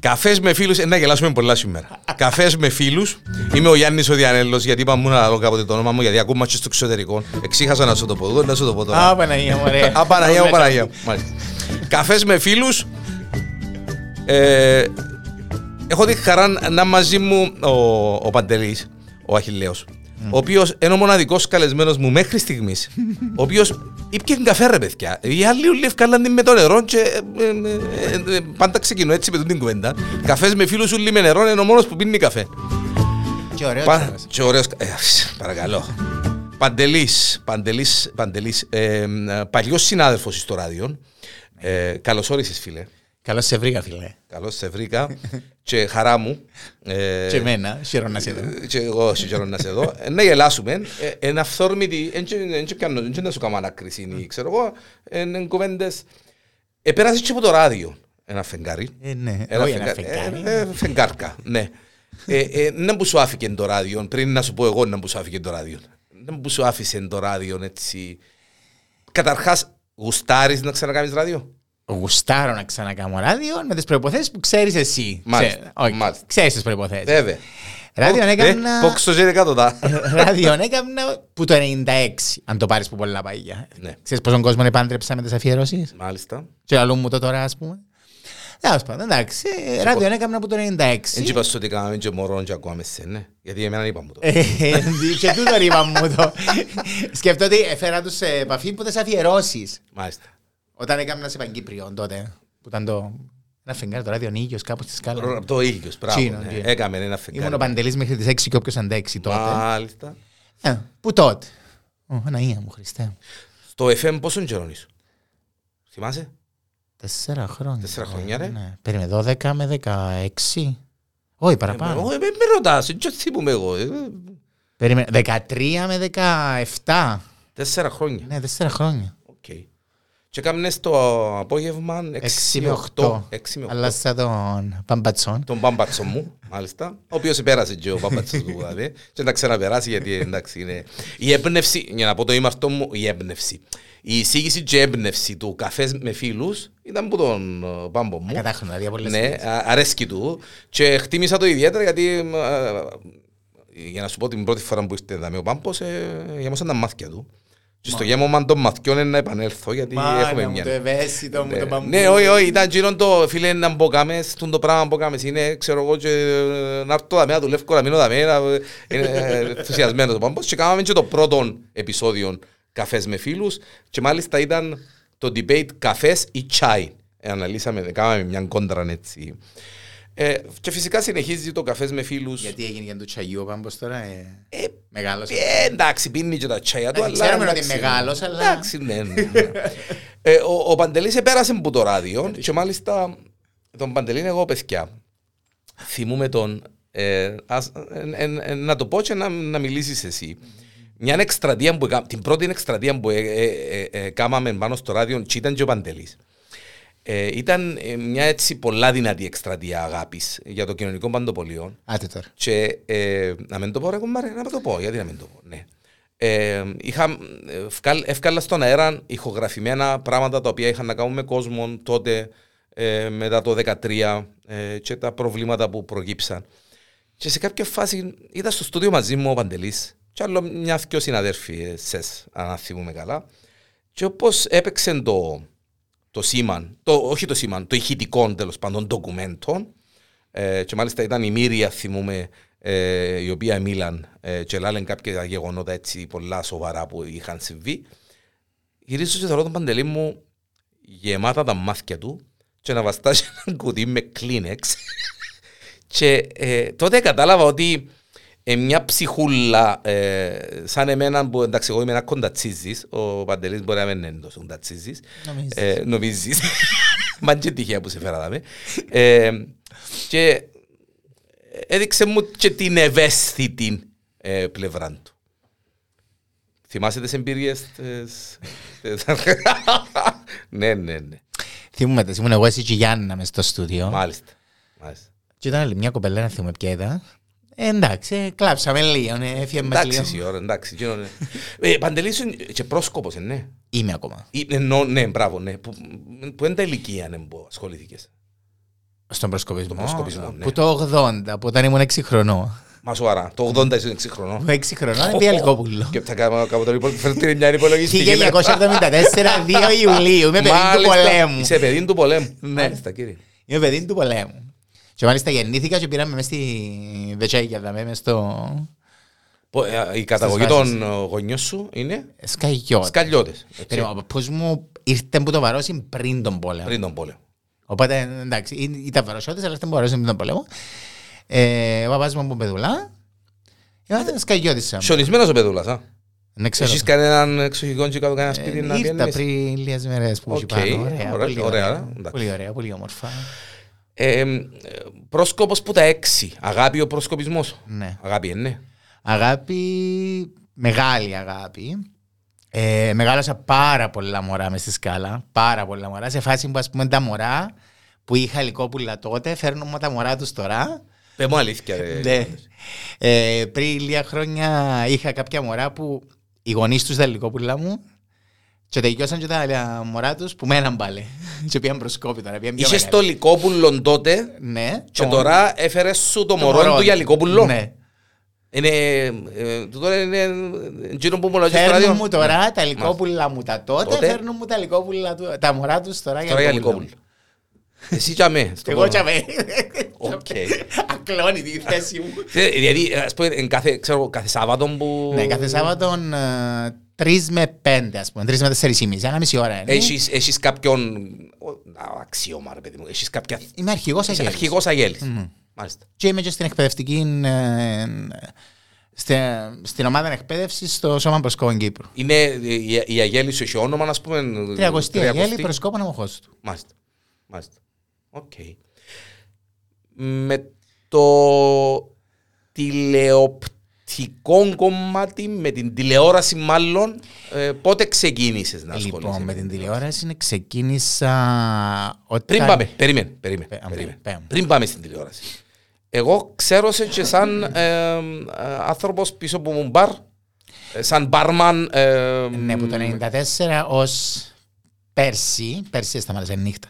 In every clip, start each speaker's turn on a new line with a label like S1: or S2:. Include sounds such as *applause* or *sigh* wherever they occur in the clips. S1: Καφές με φίλους. Ε, να γελάσουμε πολλά σήμερα. Καφές με φίλους. Είμαι ο Γιάννης ο Διανέλος, γιατί είπα μου να λέω κάποτε το όνομα μου, γιατί ακόμα και στο εξωτερικό. Εξήχασα να σου το πω. Δεν να σου το πω τώρα.
S2: Α, Παναγία μου, ωραία.
S1: Α, Παναγία μου, Παναγία μου. Μάλιστα. Καφές με φίλους. Ε, έχω τη χαρά να μαζί μου ο, ο Παντελής, ο Αχηλέο. Ο οποίος είναι ο μοναδικός καλεσμένος μου μέχρι στιγμής. ο οποίος ήπια καφέ, ρε παιδιά. Οι άλλοι όλοι ευκάλαν την με το νερό και. ε, ε, ε, ε, πάντα ξεκινώ έτσι με τούτη την κουβέντα. Καφές με φίλους σου με νερό είναι ο μόνος που πίνει καφέ.
S2: Και ωραίο.
S1: Πα-
S2: κιόλας.
S1: Και ωραίος- ε, ας, παρακαλώ. Παντελής, Παντελής, Παντελής, ε, ε, παλιός συνάδελφος στο ράδιο. Ε, καλώς όρισες φίλε.
S2: Καλώς σε βρήκα, φίλε.
S1: Καλώς σε
S2: *laughs*
S1: βρήκα και χαρά μου. Ε,
S2: Και εμένα, χαίρομαι να σε δω.
S1: και εγώ σε χαίρομαι να σε δω. Ε, Να γελάσουμε. Ένα αυθόρμητη, δεν να σου κάνω ανακρίση,
S2: Mm.
S1: είναι, ξέρω εγώ, ε, είναι κουβέντες. Επέρασε Ε, και από το ράδιο ένα φεγγάρι.
S2: Ε, ναι,
S1: Ένα
S2: όχι ένα
S1: φεγγάρι.
S2: φεγγάρι.
S1: Ε, ε, Φεγγάρκα, ναι. Ε, ε, Ναι που σου άφηκε το ράδιο, πριν να σου πω εγώ να που σου άφηκε το ράδιο. Ναι που σου άφησε το ράδιο έτσι. Καταρχάς, γουστάρεις να ξανακάνεις ράδιο.
S2: Γουστάρω να ξανακάμω ράδιο με τις προϋποθέσεις που ξέρεις εσύ.
S1: Μάλιστα,
S2: Ξέ- όχι,
S1: μάλιστα.
S2: Ξέρεις τις προϋποθέσεις.
S1: Βέβαια.
S2: Ράδιο Ε,
S1: Ε,
S2: έκανα...
S1: Πόξο και κάτω τα.
S2: Ράδιο έκανα που το 96, αν το πάρεις που πολλά παγιά.
S1: Ναι.
S2: Ξέρεις πόσον κόσμο επάντρεψα με τις αφιερώσεις.
S1: Μάλιστα.
S2: Και αλλού μου το τώρα, ας πούμε. Τέλος πάντων, εντάξει, ε, ράδιο έκανα που το 96.
S1: Δεν είπα σου ότι κάναμε και μωρόν και ακούαμε σένα. Γιατί εμένα είπα μου το.
S2: Ε, Και τούτο ρήμα μου το. Σκεφτώ ότι έφερα τους σε επαφή που τις αφιερώσεις.
S1: Μάλιστα.
S2: Όταν έκανα σε Παγκύπριο τότε, που ήταν το... Ένα φεγγάρι το ράδιο Νίγιος κάπου στη σκάλα.
S1: Ρο- Το ήλιος,
S2: Τσίνο,
S1: μπράβο. ναι.
S2: ναι.
S1: Έκαμε ένα
S2: Ήμουν ο
S1: φεγγάρι.
S2: Παντελής μέχρι τις 6 και όποιος αντέξει τότε.
S1: Μάλιστα.
S2: Ε, Που τότε. Ω, Αναία μου, Χριστέ. μου.
S1: Στο FM πόσον καιρόν είσαι. Θυμάσαι.
S2: Τέσσερα χρόνια.
S1: Τέσσερα χρόνια, ρε.
S2: Ναι. Περίμενε, 12 με 16. Όχι, παραπάνω.
S1: Ε, Με με ρωτάς, δεν θυμούμαι εγώ. Ε,
S2: Περίμενε, 13 με 17.
S1: Τέσσερα χρόνια.
S2: Ναι, τέσσερα χρόνια.
S1: Οκ. Και κάμνες το απόγευμα 6
S2: 6
S1: με
S2: με
S1: 8.
S2: 8. Αλλάσα τον Παμπατσόν.
S1: Τον Πάμπατσο μου, μάλιστα, ο οποίος πέρασε και ο Πάμπατσο του δηλαδή, και να ξαναπεράσει γιατί εντάξει είναι... Η έμπνευση, για να πω το είμαι αυτό μου, η έμπνευση. Η εισήγηση και έμπνευση του καφές με φίλους ήταν που τον ε, Πάμπο μου.
S2: Κατάχρονα, διαβολές.
S1: Ναι, α- αρέσκει του. Και χτίμησα το ιδιαίτερα γιατί, μ, α, για να σου πω την πρώτη φορά που ήρθε εδώ ο Πάμπος, ε, γέμωσαν τα μάτια του. Και στο γέμωμα των μαθιών είναι να επανέλθω γιατί έχουμε μια.
S2: ευαίσθητο
S1: Ναι. Ναι, όχι, όχι, ήταν γύρω το φίλε να μπω κάμες, τούν το πράγμα μπω κάμες είναι, ξέρω εγώ, και, ε, να έρθω δαμέ, να δουλεύω, να μείνω δαμέ, να- είναι ε, ενθουσιασμένος ο Πάμπος. Και κάναμε και το πρώτο επεισόδιο καφές με φίλους και μάλιστα ήταν το debate καφές ή τσάι. Ε, Αναλύσαμε, κάναμε μια κόντρα έτσι. Ε, και φυσικά συνεχίζει το καφές με φίλους.
S2: Γιατί έγινε για το τσαγίου ο Πάμπος τώρα, ε,
S1: Ε,
S2: μεγάλος.
S1: ε, εντάξει, πίνει και τα τσάια του.
S2: Ε,
S1: αλλά
S2: ξέρουμε ότι
S1: εντάξει,
S2: είναι μεγάλος, αλλά-
S1: Εντάξει, ναι. ναι, ναι. ε, ο, ο Παντελής επέρασε από το ράδιο και μάλιστα τον Παντελή είναι εγώ παιδιά. Θυμούμε τον. Ε, ας, ε, ε, ε, να το πω και να, να μιλήσεις εσύ. Μια εκστρατεία που, εκα- την πρώτη εκστρατεία που ε, ε, ε, ε, κάμαμε πάνω στο ράδιο και ήταν και ο Παντελής. Ε, ήταν ε, μια έτσι πολλά δυνατή εκστρατεία αγάπης για το κοινωνικό παντοπολείο.
S2: Άτε τώρα.
S1: Και ε, να μην το πω, ρε κουμπάρε, να το πω, γιατί να μην το πω. Ναι. Ε, είχα, ε, βγάλ- εύκαλα στον αέρα ηχογραφημένα πράγματα τα οποία είχαν να κάνουν με κόσμο τότε, ε, μετά το 2013 ε, και τα προβλήματα που προκύψαν. Και σε κάποια φάση ήταν στο στούντιο μαζί μου ο Παντελής και άλλο μια δυο συναδέρφοι ε, σες, αν θυμούμε καλά. Και όπως έπαιξε το, το σήμαν, το, όχι το σήμαν, το ηχητικό τέλος πάντων ντοκουμέντων, ε, και μάλιστα ήταν η Μύρια, θυμούμε, ε, η οποία μίλαν ε, και λάλεν κάποια γεγονότα έτσι πολλά σοβαρά που είχαν συμβεί. Γυρίζω και θεωρώ τον παντελή μου γεμάτα τα μάτια του και να βαστάζει *laughs* ένα κουτί με κλίνεξ. και ε, τότε κατάλαβα ότι ε, μια ψυχούλα ε, σαν εμένα που εντάξει εγώ είμαι ένας κοντατσίζης, ο Παντελής μπορεί να μην είναι τόσο κοντατσίζης,
S2: Νομίζεις.
S1: ε, νομίζεις. *laughs* Μα και τυχαία που σε φέραμε. Ε, και έδειξε μου και την ευαίσθητη ε, πλευρά του. Θυμάσαι τις εμπειρίες της... της- *laughs* ναι, ναι, ναι.
S2: Θυμούμε τες, ήμουν εγώ εσύ και η Γιάννα μες στο στούντιο.
S1: Μάλιστα. Μάλιστα.
S2: Και ήταν άλλη μια κοπελά, να θυμούμε ποια ήταν. Ε, εντάξει, ε, κλάψαμε λίγο, ε, έφυγε μας
S1: Εντάξει,
S2: λίγο.
S1: εσύ, ώρα, εντάξει. εκείνο, ναι. Ε, Παντελής, είσαι και πρόσκοπος, ε, ναι.
S2: Είμαι ακόμα.
S1: Ε, ναι, ναι, μπράβο, ναι. Που, που είναι τα ηλικία, ναι, που ασχολήθηκες.
S2: Στον προσκοπισμό.
S1: Στον προσκοπισμό, ναι.
S2: Που το 80, που όταν ήμουν 6 χρονών.
S1: Μα σοβαρά. Το 80 είσαι 6 χρονών.
S2: Που 6 χρονών είναι διαλκόπουλο.
S1: Και θα κάνω κάπου το υπόλοιπο. Φέρτε μια υπολογιστή.
S2: 1974, 2 Ιουλίου. Είμαι παιδί του
S1: Μάλιστα,
S2: πολέμου.
S1: Είσαι παιδί του πολέμου.
S2: Ναι.
S1: Μάλιστα, κύριε.
S2: Είμαι παιδί του πολέμου. Και μάλιστα γεννήθηκα και πήραμε μέσα στη Βετσέγια, δηλαδή μέσα στο
S1: Πο- ε, Η καταγωγή των
S2: βάσεις.
S1: ε, γονιών σου είναι
S2: Σκαγιό.
S1: σκαλιώτε.
S2: Περίμενα, ο παππούς μου ήρθε που το βαρόσι πριν τον πόλεμο.
S1: Πριν τον πόλεμο.
S2: Οπότε εντάξει, ή- ήταν βαροσιώτες, αλλά ήρθε που βαρόσι πριν τον πόλεμο. Ε, ο παπάς μου από πεδουλά. Ε,
S1: Ε,
S2: Ήμασταν σκαγιώτης. σαν-
S1: Σιωνισμένο ο παιδούλα. Α.
S2: Ναι, ξέρω.
S1: Έχεις κανέναν εξοχικό και κάτω κανένα
S2: Ε,
S1: σπίτι να
S2: Ήρθα
S1: πιένεις.
S2: πριν λίγες μέρες που είχε
S1: Οκ,
S2: πάνω. Ωραία,
S1: ωραία,
S2: πολύ
S1: ωραία,
S2: ωραία.
S1: εντάξει.
S2: Πολύ ωραία, πολύ όμορφα.
S1: Ε, ε, Πρόσκοπος που τα έξι. Αγάπη ο προσκοπισμός.
S2: Ναι.
S1: Αγάπη, ε, ναι.
S2: Αγάπη, μεγάλη αγάπη. Ε, μεγάλωσα πάρα πολλά μωρά μες στη σκάλα. Πάρα πολλά μωρά. Σε φάση που ας πούμε τα μωρά που είχα λικόπουλα τότε, φέρνουμε τα μωρά τους τώρα.
S1: Πε μου αλήθεια. ρε.
S2: Ναι. Ε, πριν λίγα χρόνια είχα κάποια μωρά που οι γονείς τους ήταν λικόπουλα μου και τελειώσαν και τα μωρά τους που μέναν πάλι. *laughs* και πήγαν προσκόπη τώρα. πήγαν πιο
S1: Είχες το
S2: μεγάλη.
S1: Λικόπουλο τότε
S2: Ναι.
S1: και τώρα έφερες σου το μωρό του για Λικόπουλο.
S2: Ναι.
S1: Είναι. ε, Τούτο είναι. Τζίνο που μου λέει στο
S2: Φέρνουν μου
S1: ραδιό.
S2: τώρα τα λικόπουλα μου τα τότε,
S1: Ναι. Τότε.
S2: φέρνουν μου τα λικόπουλα του- τα μωρά τους τώρα
S1: Ναι, Τώρα για
S2: για
S1: Λικόπουλο.
S2: λικόπουλα.
S1: Εσύ και αμέ. στο
S2: Εγώ
S1: πόνο.
S2: τσαβέ.
S1: Οκ.
S2: *laughs* Ακλώνει τη θέση μου.
S1: Ε, Δηλαδή, ας πούμε, εν κάθε, ξέρω, κάθε Σάββατο που...
S2: Ναι, κάθε Σάββατο 3 με 5, ας πούμε. 3 με 4,5. Ένα μισή ώρα. ε, ναι. είναι.
S1: Έχεις, έχεις κάποιον... ο, α, Αξίωμα, ρε παιδί μου. Έχεις κάποια...
S2: Είμαι αρχηγός
S1: Είσαι
S2: αγέλης.
S1: αρχηγός Αγέλης. Μάλιστα.
S2: Και είμαι και στην εκπαιδευτική. ε, στε- Στην ομάδα εκπαίδευσης στο Σώμα Προσκόπων Κύπρου.
S1: Είναι η, η Αγέλη σου έχει όνομα, ας πούμε.
S2: 30
S1: Τριακοστή.
S2: Αγέλη, προσκόπων αμοχώ του.
S1: Μάλιστα. Μάλιστα. Οκ. Με το τηλεοπτικό κομμάτι, με την τηλεόραση μάλλον, ε, πότε ξεκίνησες να ασχολείσαι.
S2: Λοιπόν, με την τηλεόραση ξεκίνησα. όταν-
S1: Πριν πάμε, περίμενε, περίμενε,
S2: Πέ-
S1: περίμενε.
S2: πέ- πέ-
S1: Πριν πάμε στην τηλεόραση. Εγώ ξέρω σε και
S2: *clears throat*
S1: σαν ε, ε, άνθρωπος πίσω από μου μπαρ, ε, σαν μπαρμαν. ε,
S2: Ναι, από το 94 ως πέρσι. Πέρσι σταμάτησα νύχτα.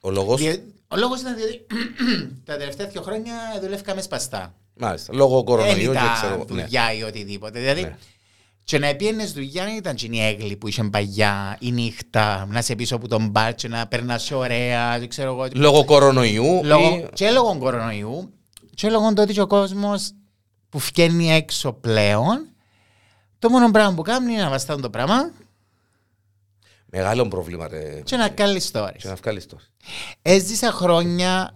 S1: Ο λόγος,
S2: Διε- Ο λόγος ήταν διότι *clears throat* τα τελευταία δύο χρόνια δουλεύκαμε σπαστά.
S1: μάλιστα, λόγω
S2: Δεν
S1: κορονοϊού και ξέρω.
S2: ήταν
S1: Ναι.
S2: δουλειά ή οτιδήποτε.
S1: Ναι.
S2: Δηλαδή, και να πιένε δουλειά δεν ήταν τζινή έγκλη που είχε παγιά η νύχτα, να σε πίσω από τον μπάτσο, να περνάς ωραία, δεν ξέρω εγώ.
S1: Λόγω κορονοϊού.
S2: Λόγω,
S1: ή-
S2: και λόγω κορονοϊού, και λόγω τότε και ο κόσμος που φγαίνει έξω πλέον, το μόνο πράγμα που κάνει είναι να βαστάνε το πράγμα
S1: Μεγάλο πρόβλημα, ρε.
S2: και να κάνει stories.
S1: Και να βγάλεις τώρα.
S2: Έζησα χρόνια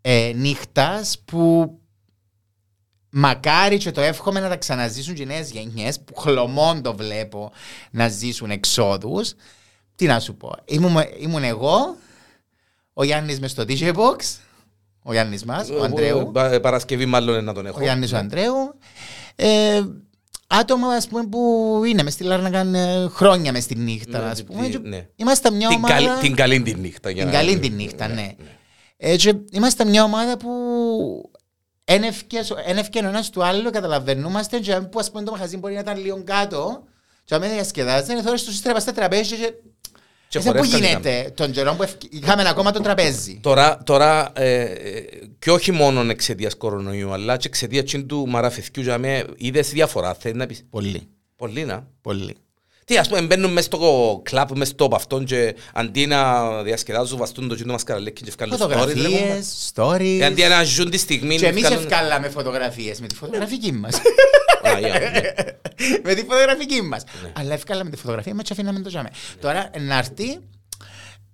S2: ε, νύχτας που μακάρι και το εύχομαι να τα ξαναζήσουν και οι νέες γενιές που χλωμών το βλέπω να ζήσουν εξόδους. Τι να σου πω, ήμουν, ήμουν εγώ, ο Γιάννης μες στο DJ Box, ο Γιάννης μας, ο Αντρέου,
S1: Ε, Παρασκευή μάλλον είναι να τον έχω. Ναι.
S2: ο Γιάννης ο Αντρέου. Ε, άτομα ας πούμε, που είναι μες στη Λάρναγκαν ε, χρόνια μες τη νύχτα.
S1: Ναι,
S2: Ας
S1: τι-
S2: πούμε.
S1: τι-
S2: και
S1: ναι.
S2: Ήμασταν μια
S1: Την
S2: ομάδα...
S1: καλή- Την καλή τη νύχτα. για
S2: Την
S1: να-
S2: καλή τη νύχτα, ναι. Έτσι, είμαστε μια ομάδα που ένευκε ο ένας του άλλου, καταλαβαίνομαστε και αν που ας πούμε το μαχαζί μπορεί να ήταν λίγο κάτω και αν δεν διασκεδάζεται, είναι θόρες τους στρέπαστε τραπέζι και...
S1: Και
S2: Εσύ Ε, πού
S1: χορεύκαν οι
S2: γίνεται τον καιρό που ευκ- είχαμε ακόμα το τραπέζι.
S1: Τώρα, τώρα ε, ε, και όχι μόνο εξαιτίας κορονοϊού, αλλά και εξαιτίας τσιν του μαραφιθιού, για μέ, είδες διαφορά. Θέλεις να πεις.
S2: Πολύ,
S1: Πολύ να.
S2: πολύ.
S1: Τι, ας πούμε, μπαίνουν μέσα στο κλαπ, μέσα στο παυτόν και αντί να διασκεδάζουν, βαστούν το τσιν του μασκαραλέκι και ευκάλουν stories. ρε, κομπά.
S2: Φωτογραφίες,
S1: Και
S2: stories.
S1: Αντί να ζουν τη στιγμή.
S2: Και εμείς
S1: ευκάλουν-
S2: ευκάλαμε φωτογραφίες με τη φωτογραφική μας.
S1: Α, για, ναι.
S2: *laughs* με τη φωτογραφική μας. Αλλά ευκάλαμε τη φωτογραφία μας και αφήναμε το τζάμε. Τώρα να έρθει.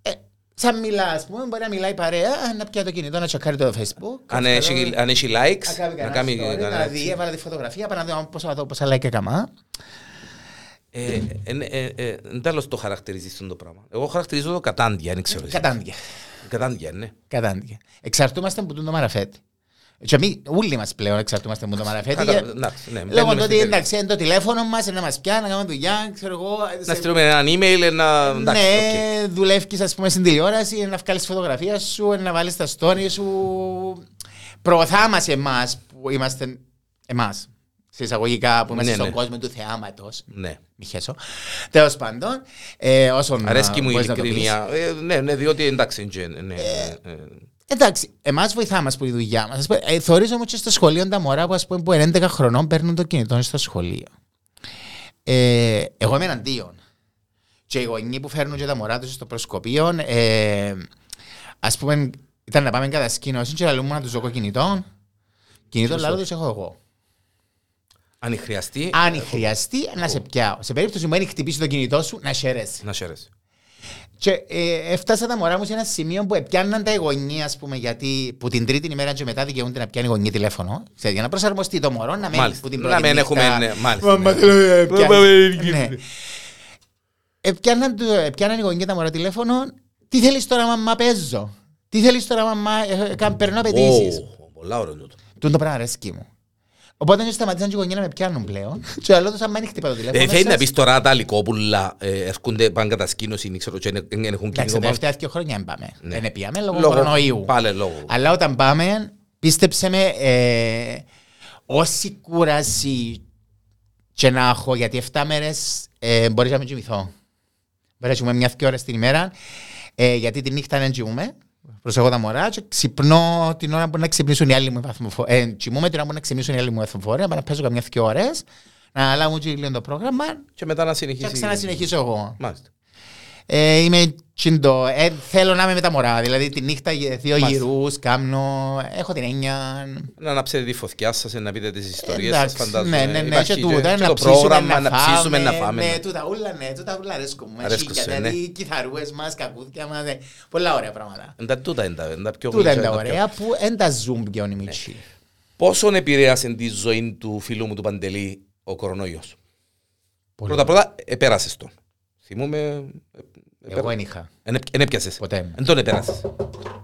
S2: ε, Σαν μιλά, ας πούμε, μπορεί να μιλάει η παρέα, α, να πιάει το κινητό, να τσακάρει το Facebook.
S1: Αν
S2: να
S1: ναι, έχει-
S2: κάνει
S1: Αν έχει likes,
S2: κανένα
S1: να κάνει.
S2: story,
S1: κανένα-
S2: Να δει, έβαλα τη φωτογραφία, πάνω να δω πόσα, δω, πόσα like έκανα.
S1: Ε, εν- ε, ε, εν τέλος το χαρακτηρίζεις αυτό το πράγμα. Εγώ χαρακτηρίζω το κατάντια, δεν ξέρω. εσύ.
S2: Κατάντια.
S1: Κατάντια, ναι.
S2: Κατάντια. Εξαρτούμαστε που το μαραφέτη. Και εμείς, όλοι μας πλέον εξαρτούμαστε από το μαραφέτη.
S1: Κατα-
S2: και-
S1: εντάξει, ναι, μπαίνουμε
S2: Λέγω
S1: στην
S2: τότε,
S1: περίπτωση.
S2: εντάξει, είναι το τηλέφωνο μας, είναι να μας πιάνει, να κάνουμε δουλειά, ξέρω εγώ.
S1: Να
S2: σε-
S1: στείλουμε έναν email, ένα. εντάξει, οκ.
S2: Ναι, δουλεύει, ας πούμε, στην τηλεόραση, να βγάλεις φωτογραφία σου, να βάλεις τα story σου. Προωθά μας εμάς που είμαστε. Εμάς. Σε εισαγωγικά που είμαστε
S1: Ναι,
S2: στον
S1: ναι.
S2: κόσμο του θεάματος.
S1: Ναι.
S2: Μη χέσω. Τέλος πάντων, ε, όσον.
S1: Αρέσκει μου η
S2: μπορείς να το πεις.
S1: ειλικρίνεια. Ε, ναι, ναι, διότι εντάξει, είναι. Ναι, ναι, ναι.
S2: Εντάξει, εμάς βοηθά μας που η δουλειά μας. Ε, Θεωρίζω όμως και στο σχολείο τα μωρά που, ας πούμε, που είναι 11 χρονών παίρνουν το κινητό στο σχολείο. Ε, εγώ είμαι εναντίον. Και οι γονείς που φέρνουν και τα μωρά τους στο προσκοπείο, ε, ας πούμε, ήταν να πάμε κατά σκηνώση και λαλούμε να τους δω κινητό. Κινητό
S1: Σωστό.
S2: λαλό τους έχω εγώ.
S1: Αν χρειαστεί,
S2: Αν χρειαστεί, να σε πιάω. Σε περίπτωση που μένει χτυπήσει το κινητό σου, να σε αρέσει.
S1: να χαίρεσαι.
S2: Και ε, έφτασα τα μωρά μου σε ένα σημείο που πιάνναν τα γονεί, ας πούμε, γιατί που την τρίτη ημέρα και μετά δικαιούνται να πιάνει η γονή τηλέφωνο. Ξέρετε, για να προσαρμοστεί το μωρό, να μένει
S1: Μάλιστα.
S2: που την
S1: Να
S2: πρώτη
S1: μην
S2: νύχτα.
S1: έχουμε, ναι, μάλιστα,
S2: Μα,
S1: ναι.
S2: μα θέλω, ε,
S1: Μα,
S2: πιάνει.
S1: μα, ε,
S2: Ναι. Ε, πιάνναν το- ε, πιάνναν οι γονεί τα μωρά τηλέφωνο. Τι θέλεις τώρα, μαμά, παίζω. Τι θέλεις τώρα, μαμά, ε, κα- περνώ απαιτήσεις.
S1: Ω, Πολλά ωραία τούτο.
S2: Τούν το πράγμα αρέσκει μου. Οπότε δεν σταματήσαν και οι γονείς να με πιάνουν πλέον. Και αλλού τους άμα είναι χτυπά το τηλέφωνο.
S1: Ε, Θέλει να
S2: σας-
S1: πεις τώρα τα λικόπουλα ε, έρχονται πάνε κατά σκήνωση, δεν ξέρω, και δεν- δεν έχουν
S2: Εντάξει,
S1: κίνητο
S2: τα
S1: πάνω.
S2: τελευταία δύο χρόνια δεν πάμε.
S1: Ναι.
S2: Δεν πήγαμε λόγω κορονοϊού.
S1: Πάλι λόγω.
S2: Αλλά όταν πάμε, πίστεψε με, ε, όση κούραση και να έχω, γιατί 7 μέρες ε, μπορείς να μην κοιμηθώ. Μπορείς να κοιμούμε μια και ώρα την ημέρα, ε, γιατί τη νύχτα δεν κοιμούμε. Προσέχω τα μωρά και ξυπνώ την ώρα που να ξυπνήσουν οι άλλοι μου βαθμοφόροι. Ε, κοιμούμε την ώρα που να ξυπνήσουν οι άλλοι μου βαθμοφόροι, να πάω να παίζω καμιά δύο ώρες, να αλλάγουν και λίγο το πρόγραμμα
S1: Και μετά να
S2: και να
S1: συνεχίσει.
S2: ξανασυνεχίσω εγώ.
S1: Μάλιστα.
S2: Ε, είμαι τσιντό. Ε, θέλω να είμαι με τα μωρά. Δηλαδή τη νύχτα γε- δύο
S1: Μάλιστα.
S2: γυρούς, κάμνο. Έχω την έννοια.
S1: Να αναψετε τη φωτιά σας, να πείτε τις ιστορίες σας,
S2: Εντάξει,
S1: φαντάζομαι.
S2: ναι, ναι, ναι.
S1: Υπάρχει
S2: Και τούτα,
S1: και
S2: να
S1: το
S2: ψήσουμε,
S1: πρόγραμμα,
S2: να
S1: να ψήσουμε, να
S2: φάμε.
S1: φάμε.
S2: Ναι,
S1: ναι.
S2: τούτα ούλα, ναι, τούτα ούλα αρέσκουμε.
S1: Αρέσκουν σε,
S2: Δηλαδή, οι κιθαρούες μας, καπούδια μας, ε, πολλά ωραία πράγματα.
S1: Εν τα τούτα είναι τα- εν τα πιο
S2: Τούτα είναι
S1: γλυκά,
S2: τα
S1: εν τα πιο-
S2: ωραία που δεν τα ζουν πλέον οι μητσοί.
S1: Πόσον επηρέασε τη ζωή του φίλου μου του Παντελή ο κορονοϊός.
S2: Πολύ.
S1: Πρώτα πρώτα επέρασες τον. Θυμούμε... ε, Ναι.
S2: Εγώ δεν είχα.
S1: Εν έπιασες.
S2: Ποτέ.
S1: Εν τον επέρασες. Τι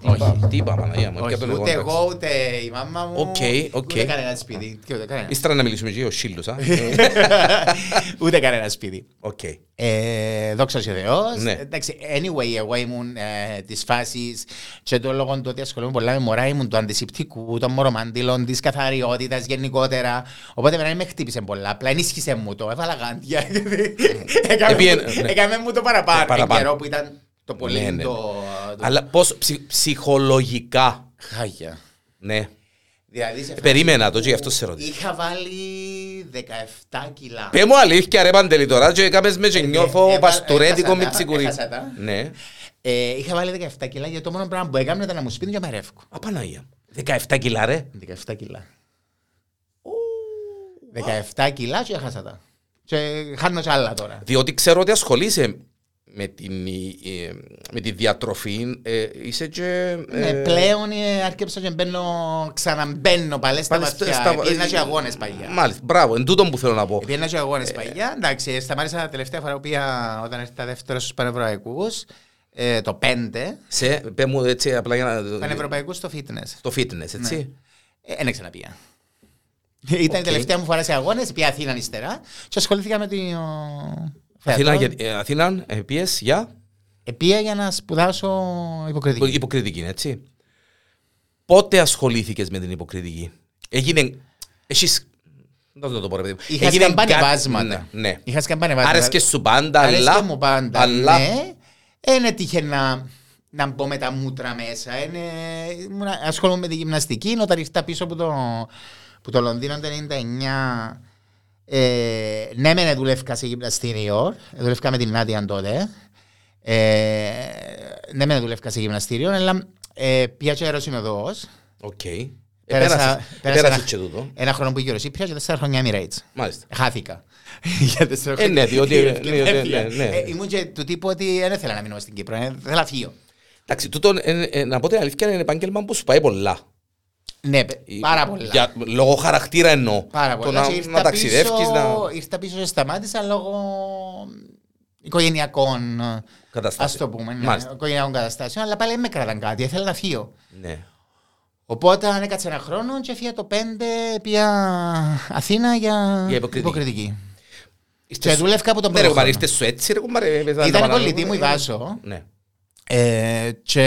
S2: Όχι.
S1: είπα, Τι είπα, Παναγία μου. έπια
S2: Όχι,
S1: τον
S2: ούτε
S1: εντάξει.
S2: εγώ, ούτε η μάμα μου,
S1: Οκ, οκ.
S2: ούτε κανένα σπίτι. Και Ούτε κανένα.
S1: Ύστερα να μιλήσουμε και για ο Σύλλος, α. Ε,
S2: *laughs* Ούτε κανένα σπίτι.
S1: Οκ.
S2: Ε, δόξα σε Θεός.
S1: Ναι.
S2: Εντάξει, anyway, εγώ ήμουν ε, της φάσης και το λόγο του ότι ασχολούμαι πολλά με μωρά ήμουν του αντισηπτικού, των μωρομαντήλων, της καθαριότητας γενικότερα. Οπότε εμένα δεν με χτύπησε πολλά. Απλά ενίσχυσε μου το. Έβαλα
S1: *laughs*
S2: γάντια. γιατί έκαμε
S1: Επί-
S2: μου-
S1: ναι.
S2: Έκαμε μου το παραπάνω.
S1: Παραπάνω.
S2: Εν καιρό που ήταν το πολύ
S1: Ναι, ναι.
S2: το. το-
S1: Αλλά πώς ψυ- ψυχολογικά,
S2: Χάγια.
S1: ναι.
S2: Δηλαδή, σε φάση
S1: Ε, περίμενα το,
S2: που
S1: και γι' αυτό σε ρώτησα.
S2: Είχα βάλει 17 κιλά.
S1: Πε μου αλήθεια ρε Παντελή τώρα και κάμες με και
S2: ε,
S1: νιώθω
S2: ε,
S1: παστορέτικο
S2: έχασα
S1: με
S2: τα,
S1: ψικουρί.
S2: έχασα τα.
S1: Ναι.
S2: Ε, είχα βάλει 17 κιλά γιατί το μόνο πράγμα που έκανα ήταν να μου σπίνει και να με ρεύκω.
S1: Α, Παναγία. 17 κιλά ρε.
S2: 17 κιλά. 17 κιλά και έχασα τα. Και χάνω και άλλα τώρα.
S1: Διότι ξέρω ότι ασχολείσαι με, την, ε, με τη διατροφή, ε, είσαι και... ε,
S2: Ναι, πλέον ε, άρχισα και μπαίνω, ξαναμπαίνω παλέ στα
S1: πάλι στο-
S2: βαθιά.
S1: στα-
S2: Πήγαινα και αγώνες παλιά.
S1: Μάλιστα, μπράβο, εν τούτον που θέλω να πω.
S2: Πήγαινα και
S1: Ε,
S2: αγώνες παλιά. Εντάξει, σταμάτησα τα τελευταία φορά που πήγα όταν ήρθα δεύτερος στους Πανευρωπαϊκούς, ε, το 5,
S1: Σε, πέ μου έτσι απλά για να...
S2: Πανευρωπαϊκούς στο fitness.
S1: Το fitness, έτσι.
S2: Ναι, Δεν ξαναπήγα. Ήταν η
S1: Οκ.
S2: τελευταία μου φορά σε αγώνες, πήγα Αθήνα ύστερα και ασχολήθηκα με την... ο,
S1: Αθήνα,
S2: θέατρο.
S1: για- ε, Αθήνα, ε, πιες, για
S2: Επία για να σπουδάσω
S1: υπο-
S2: υποκριτική.
S1: υποκριτική, έτσι. Πότε ασχολήθηκες με την υποκριτική. Έγινε... Εσείς... Να το πω ρε παιδί μου.
S2: Είχα
S1: Έγινε
S2: σκαμπανεβάσματα.
S1: Ναι, ναι.
S2: Είχα σκαμπανεβάσματα.
S1: Άρεσκε σου πάντα,
S2: Άρεσκε
S1: αλλά...
S2: μου πάντα.
S1: αλλά-
S2: Ναι. Ένα τύχε να, να μπω με τα μούτρα μέσα. Ένε, ήμουν- ασχολούμαι με τη γυμναστική. Όταν ήρθα πίσω από το, που το Λονδίνο το 99, ε, ναι, μεν δουλεύκα σε γυμναστήριο. Δουλεύκα με την Νάντια τότε. Ε, ναι, μεν δουλεύκα σε γυμναστήριο, αλλά ε, πια και αεροσυνοδός.
S1: Οκ.
S2: Πέρασα-
S1: Επέρασες-
S2: πέρασα
S1: Επέρασες
S2: ένα-
S1: και τούτο.
S2: Ένα χρόνο που γύρω Σύπρια και τέσσερα χρόνια Emirates.
S1: Μάλιστα.
S2: Χάθηκα. *laughs* Για τέσσερα
S1: Ε, ναι, διότι-
S2: Έφυγα.
S1: ναι, ναι, ναι, ναι.
S2: Ε, Ήμουν και του τύπου ότι δεν ήθελα να μείνω στην Κύπρο. ε, Θέλω να φύγω.
S1: Εντάξει, τούτο, ε, ε, να πω την αλήθεια, είναι επάγγελμα που σου πάει πολλά.
S2: Ναι, πε- πάρα πολλά.
S1: Ε, Για, λόγω χαρακτήρα εννοώ.
S2: Πάρα
S1: Το
S2: πολλά.
S1: να,
S2: Και
S1: να,
S2: ήρθα
S1: ταξιδεύεις,
S2: πίσω-
S1: να
S2: Ήρθα πίσω και σταμάτησα λόγω οικογενειακών, α
S1: καταστάσεις.
S2: το πούμε, ναι,
S1: Μάλιστα.
S2: οικογενειακών καταστάσεων, αλλά πάλι δεν με κρατάν κάτι, ήθελα να φύγω.
S1: Ναι.
S2: Οπότε αν έκατσα ένα χρόνο και έφυγα το 5 πια Αθήνα για,
S1: Για υποκριτική. Ήρθες
S2: Και
S1: σου-
S2: δούλευκα από τον
S1: Ναι, ρε,
S2: πρώτο
S1: κουμπάρε,
S2: χρόνο.
S1: ήρθες σου έτσι, ρε, κουμπάρε. έπαιζα
S2: Ήταν
S1: τα μάνα-
S2: κολλητή μου η Βάσο.
S1: Ναι.
S2: Ε, και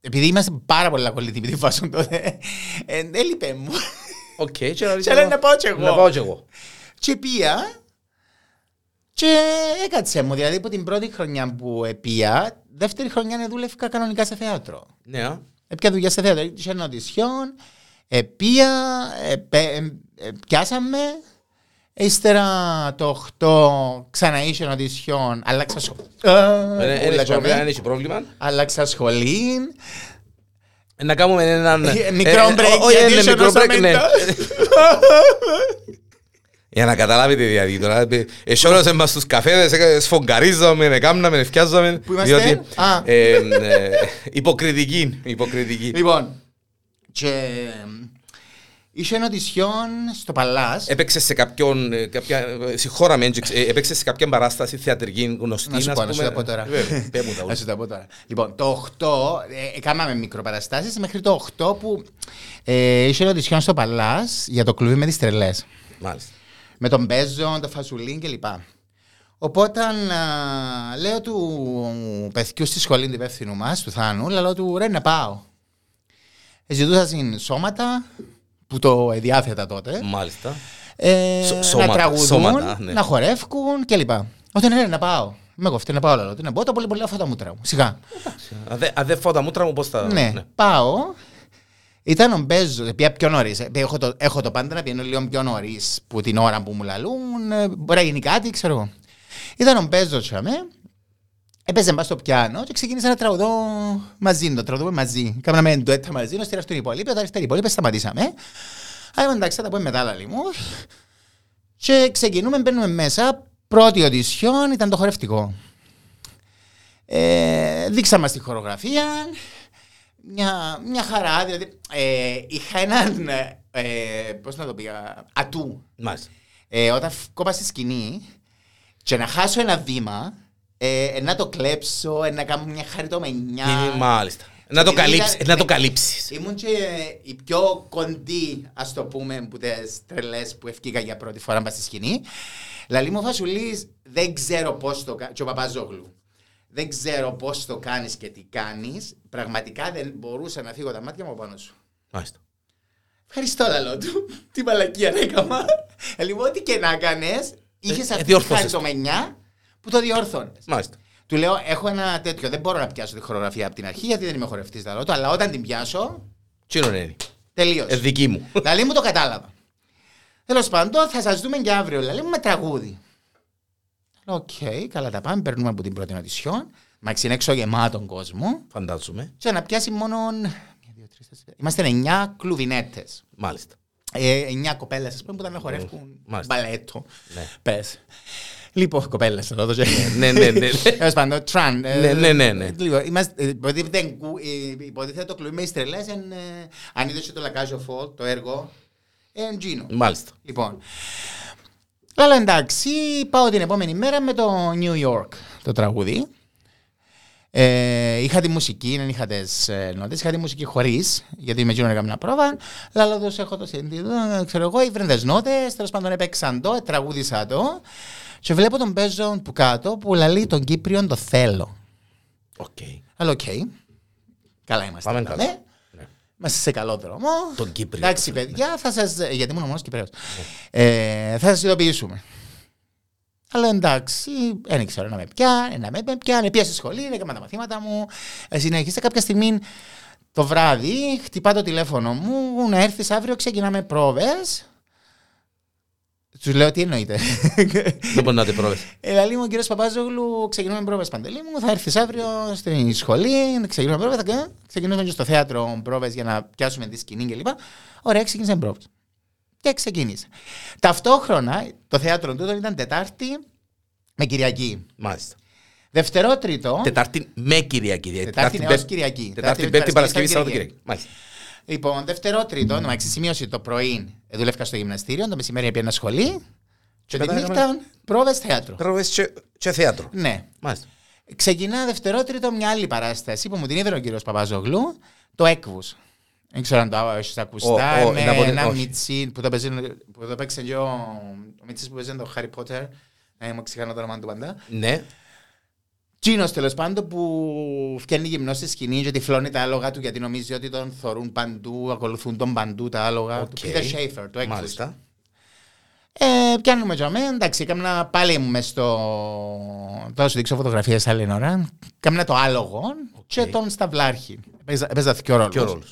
S2: επειδή είμαστε πάρα πολλά κολλητοί με τη φάση τότε, ε, έλειπε μου.
S1: Οκ, και να ρίξω-
S2: Και λέει να πάω κι εγώ.
S1: Να πάω κι εγώ.
S2: και πήγα και έκατσε μου. Δηλαδή από την πρώτη χρονιά που πήγα, δεύτερη χρονιά να δούλευκα κανονικά σε θέατρο.
S1: Ναι, α.
S2: Έπια δουλειά σε θέατρο. Είχε νοτισιόν, επία, ε, πιάσαμε. Ύστερα το 8 ξανά είχε νοτισιόν, αλλάξα σχολή. Ε,
S1: Δεν έχει Ε, πρόβλημα.
S2: Αλλάξα σχολή.
S1: Να κάνουμε έναν.
S2: Ε, μικρό
S1: ε,
S2: break,
S1: Όχι,
S2: γιατί
S1: είναι
S2: είσαι
S1: μικρό
S2: ενός
S1: break, ναι.
S2: αμυντός.
S1: *laughs* Για να καταλάβετε δηλαδή τώρα. Εσόρασε μας στους καφέδες, ε, έκα- σφογγαρίζαμε, έκαναμε, ευκιάζαμε.
S2: Πού είμαστε?
S1: ε, διότι,
S2: Α.
S1: ε, ε, Υποκριτική. Υποκριτική.
S2: Λοιπόν, και είχε νοτισιόν στο Παλάς.
S1: Έπαιξε σε κάποιον, ε, κάποια, ε, συγχώρα με, έντυξε, ε, έπαιξε σε κάποια παράσταση θεατρική γνωστή.
S2: Να σου
S1: ας
S2: πω, να σου
S1: πούμε. Ε,
S2: τα πω τώρα.
S1: Βέβαια, πέ μου τα όλα.
S2: Να σου τα πω τώρα. Λοιπόν, το 8, ε, κάναμε μικροπαραστάσεις μέχρι το 8 που ε, είχε ρωτησιόν στο Παλάς για το κλουβί με τις τρελές.
S1: Μάλιστα.
S2: Με τον Μπέζο, τον Φασουλίν κλπ. Οπότε α, λέω του παιδιού στη σχολή του υπεύθυνου μας, του Θάνου, λέω του ρε να πάω. Ε, Ζητούσα συν σώματα που το εδιάθετα τότε.
S1: Μάλιστα.
S2: Ε,
S1: Σ-
S2: να
S1: σώματα,
S2: τραγουδούν,
S1: σώματα, ναι.
S2: να χορεύκουν κλπ. Ότι ναι, να πάω. Με κοφτεί να πάω, λέω. Τι να πω, τα πολύ πολύ αυτά τα μούτρα μου. Σιγά.
S1: Αν δεν- Αν δεν φάω τα μούτρα μου, πώς θα...
S2: ναι, πάω. Ήταν ο Μπέζο, πια πιο νωρίς. Έχω, το- έχω το πάντα να πιένω λίγο πιο νωρίς που την ώρα που μου λαλούν. ε, Μπορεί να γίνει κάτι, ξέρω εγώ. Ήταν ο Μπέζο, τσαμέ. Έπαιζε μπας στο πιάνο και ξεκίνησα να τραγουδώ μαζί. Το τραγουδούμε μαζί. Κάμαμε ντουέτα μαζί, ώστε να έρθουν οι υπόλοιποι. Όταν ήρθαν οι υπόλοιποι, σταματήσαμε. Αλλά εντάξει, θα τα πούμε μετά, λαλή μου. Και ξεκινούμε, μπαίνουμε μέσα. Πρώτη οντισιόν ήταν το χορευτικό. Ε, δείξαμε μας τη χορογραφία. Μια, μια χαρά, δηλαδή ε, είχα έναν, ε, πώς να το πήγα, ατού.
S1: Μάλιστα.
S2: Ε, όταν κόπα στη σκηνή και να χάσω ένα βήμα, ε, ε, να το κλέψω, ε, να κάνω μια χαριτομενιά.
S1: Είναι- Μάλιστα. Να το
S2: Ήταν-
S1: καλύψεις. Να το
S2: ναι.
S1: καλύψεις.
S2: Ήμουν και η πιο κοντή, ας το πούμε, που τις τρελές που ευκήκα για πρώτη φορά μπας στη σκηνή. Λαλή μου Φασουλής, δεν ξέρω πώς το κάνει. Και ο Παπαζόγλου. Δεν ξέρω πώς το κάνεις και τι κάνεις. Πραγματικά δεν μπορούσα να φύγω τα μάτια μου από πάνω σου.
S1: Μάλιστα.
S2: Ευχαριστώ, λαλό του. Τι μαλακία να έκανα. Ε, Λοιπόν, ό,τι και να έκανε, είχες
S1: Ε,
S2: αυτή τη
S1: διόρθωσες.
S2: χαριτομενιά που το διόρθωνες.
S1: Μάλιστα.
S2: Του λέω: Έχω ένα τέτοιο. Δεν μπορώ να πιάσω τη χορογραφία από την αρχή γιατί δεν είμαι χορευτής, λαλό του. Αλλά όταν την πιάσω,
S1: Τι είναι.
S2: τελείωσε.
S1: Ε, δική μου.
S2: Λαλή μου το κατάλαβα. Τέλος πάντων, θα σας δούμε και αύριο. Λαλή μου με τραγούδι. Λέω, Οκ, καλά τα πάμε. Περνούμε από την πρώτη νοτισιόν. Μαξ είναι έξω γεμάτον κόσμο.
S1: Φαντάζομαι.
S2: Και να πιάσει μόνο. Μία, δύο, τρεις, τέσσερα. Είμαστε 9 κλουβινέτες.
S1: Μάλιστα.
S2: 9 κοπέλες, ας πούμε, που ήταν να χορεύουν
S1: Μάλιστα.
S2: μπαλέτο.
S1: Ναι.
S2: Πες. Λοιπόν, κοπέλε, εδώ το
S1: Ναι, ναι, ναι.
S2: Τέλος πάντων, τραν. ε,
S1: Ναι, ναι, ναι, ναι.
S2: Λοιπόν, είμαστε- ε, υποτίθεται εγκου- ε, Υποτίθεται το κλουβί με τι τρελέ. ε, Αν είδες το Λακάζιο Φολ, το έργο. Εν τζίνο.
S1: Μάλιστα.
S2: Λοιπόν. Αλλά εντάξει, πάω την επόμενη μέρα με το New York το τραγούδι. Ε, είχα τη μουσική, δεν είχα τις νότες, είχα τη μουσική χωρίς, γιατί με εκείνον έκανα πρόβα. Αλλά εδώ έχω το συντηρητήριο, ξέρω εγώ, ήβρεν τις νότες, τέλος πάντων έπαιξαν το, τραγούδισα το. Και βλέπω τον παίζω που κάτω που λαλεί τον Κύπριον το θέλω.
S1: Οκ.
S2: Αλλά οκ. Καλά είμαστε.
S1: Πάμε
S2: είπαμε.
S1: καλά. Ναι.
S2: Είμαστε σε καλό δρόμο.
S1: Τον Κύπριο.
S2: Εντάξει, παιδιά, θα σας. Γιατί ήμουν μόνο Κυπρέο. Ε, θα σας ειδοποιήσουμε. Αλλά εντάξει, δεν ήξερα να με πιάνει, να με πιάνει. Πήγα στη σχολή, έκανα τα μαθήματα μου. ε, Συνέχισα κάποια στιγμή το βράδυ, χτυπά το τηλέφωνο μου, να έρθεις αύριο, ξεκινάμε πρόβες. Τους λέω τι εννοείται.
S1: Δεν μπορεί να την πρόβεσαι.
S2: Ε, λέει μου ο κύριος Παπάζογλου, ξεκινούμε πρόβες παντελή μου. Θα έρθεις αύριο στην σχολή, ξεκινούμε πρόβες. Θα κα- ξεκινήσουμε και στο θέατρο πρόβες για να πιάσουμε τη σκηνή κλπ. Ωραία, ξεκίνησε πρόβες. Και ξεκίνησε. Ταυτόχρονα το θέατρο τούτο ήταν Τετάρτη με Κυριακή.
S1: Μάλιστα.
S2: Δευτερό τρίτο.
S1: Τετάρτη με Κυριακή. δηλαδή
S2: Τετάρτη
S1: Πέ-
S2: έως Κυριακή.
S1: Τετάρτη,
S2: Τετάρτη,
S1: Πέμπτη,
S2: Παρασκευή,
S1: Παρασκευή,
S2: Σάββατο,
S1: Σάββατο, Κυριακή. Μάλιστα.
S2: Λοιπόν, δευτερό τρίτο, mm. σημείωση το πρωί ε, δούλευκα στο γυμναστήριο, το μεσημέρι έπαιρνα σχολή. Και τη
S1: μετά
S2: νύχτα
S1: έκαμε-
S2: πρόβες θέατρο.
S1: Πρόβες και- και θέατρο.
S2: Ναι.
S1: Μάλιστα.
S2: Ξεκινά δευτερότριτο μια άλλη παράσταση που μου την είδε ο κύριος Παπαζογλού, το Έκβους. Δεν ξέρω αν το έχεις ακουστά.
S1: Ο- ο-
S2: με
S1: να πω ότι
S2: ένα
S1: όχι.
S2: μιτσί που το, παίζει, που το παίξε και ο, ο μιτσί που παίζει το Χάρι Πότερ. Ε, μου ξεχάνω το όνομα του παντά.
S1: Ναι.
S2: Τζίνος τέλος πάντων που φτιάχνει γυμνό στη σκηνή και τυφλώνει τα άλογα του γιατί νομίζει ότι τον θωρούν παντού, ακολουθούν τον παντού τα άλογα.
S1: Οκ.
S2: Του Peter Schaefer, το Έκβου.
S1: Μάλιστα.
S2: Ε, πιάνουμε τζαμέ, εντάξει, κάμνα πάλι μου μες στο... Τώρα σου δείξω φωτογραφίες άλλη ώρα. Κάμνα το άλογο και τον σταυλάρχη. Έπαιζα- Έπαιζα δυο ρόλους.
S1: Ποιο ρόλο.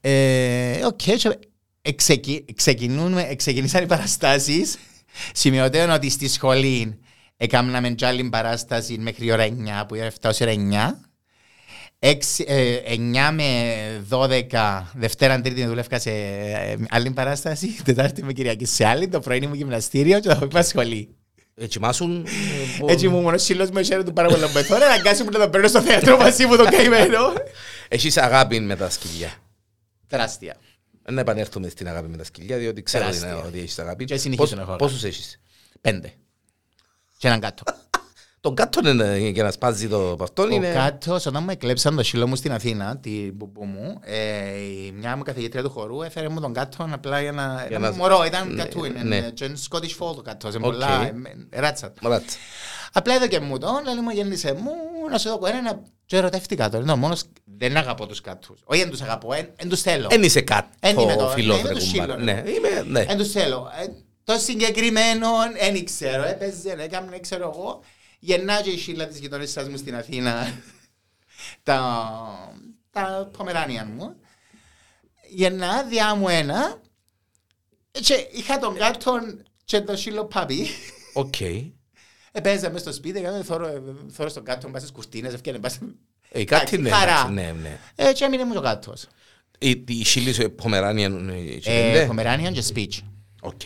S2: Ε, οκ, και εξεκι- ξεκινούμε- ξεκινήσαν οι παραστάσεις. Σημειωτέων ότι στη σχολή έκαναμε κι άλλη παράσταση μέχρι η ώρα 9, που ήταν 7 ως η ώρα 9. 6, 9 με 12, Δευτέρα, Τρίτη δουλεύκα σε ε, άλλη παράσταση. Τετάρτη με Κυριακή σε άλλη. Το πρωί μου γυμναστήριο και το απόγευμα σχολή.
S1: Έτσι μάσουν. ε, πο-
S2: Έτσι μου μόνο σύλλος με χαίρε του πάρα πολύ μπεθόρε. Αναγκάσου μου να το παίρνω στο θέατρο μαζί μου το καημένο.
S1: ε, Έχεις αγάπη με τα σκυλιά.
S2: Τεράστια.
S1: Να επανέλθουμε στην αγάπη με τα σκυλιά, διότι ξέρω ότι είναι-
S2: Τεράστια.
S1: ότι έχεις αγάπη.
S2: Και συνεχίζω να έχω αγάπη.
S1: Πόσους έχεις.
S2: Πέντε. Και έναν κάτω.
S1: Τον κάτω είναι για να σπάζει το παυτόν
S2: Ο
S1: είναι...
S2: κάτω, όταν μου εκλέψαν το σύλλο μου στην Αθήνα, την μπουμπού μου, ε, η μια μου καθηγήτρια του χορού έφερε μου τον κάτω απλά για να.
S1: Για
S2: Ήταν
S1: να-
S2: μωρό, ήταν
S1: Ναι,
S2: κατού, είναι
S1: ναι.
S2: είναι Scottish Fold το κάτω, σε
S1: Οκ.
S2: πολλά. ε, ε, Ράτσα.
S1: Μαλάτσα.
S2: Απλά έδωκε μου τον, λέει μου γέννησε μου, να σου δω ένα. Και ερωτεύτηκα τον. Ενώ μόνος δεν αγαπώ τους κάτους. Όχι, δεν τους αγαπώ, δεν τους θέλω.
S1: Εν είσαι κάτω
S2: Εν είμαι το-
S1: φιλόδρε,
S2: ναι, είμαι το
S1: κουμπάρε.
S2: σύλλο,
S1: Ναι, είμαι, ναι.
S2: Δεν τους θέλω. Ε, Το συγκεκριμένο Ε, δεν ξέρω. Έπαιζε, έκαμε, δεν ξέρω εγώ. Γεννά και η σύλλα της γειτονίσας μου στην Αθήνα. *laughs* τα, τα Πομεράνια μου. Γεννά, διά μου ένα. Ε, Και είχα τον γάτον και το σύλλο παπί.
S1: Οκ. Ε,
S2: Επέζα μες στο σπίτι, έκανα θωρώ, θωρώ στον κάτον, πας στις κουρτίνες, ευκαιρνε, πας...
S1: Ε, Κάτι
S2: Εντάξει,
S1: ναι.
S2: χαρά.
S1: Ναι, ναι.
S2: Ε, και έμεινε μου το κάτος.
S1: Η- Η Σίλη σου Πομεράνια.
S2: Ε, Πομεράνιαν και speech.
S1: ναι. Οκ.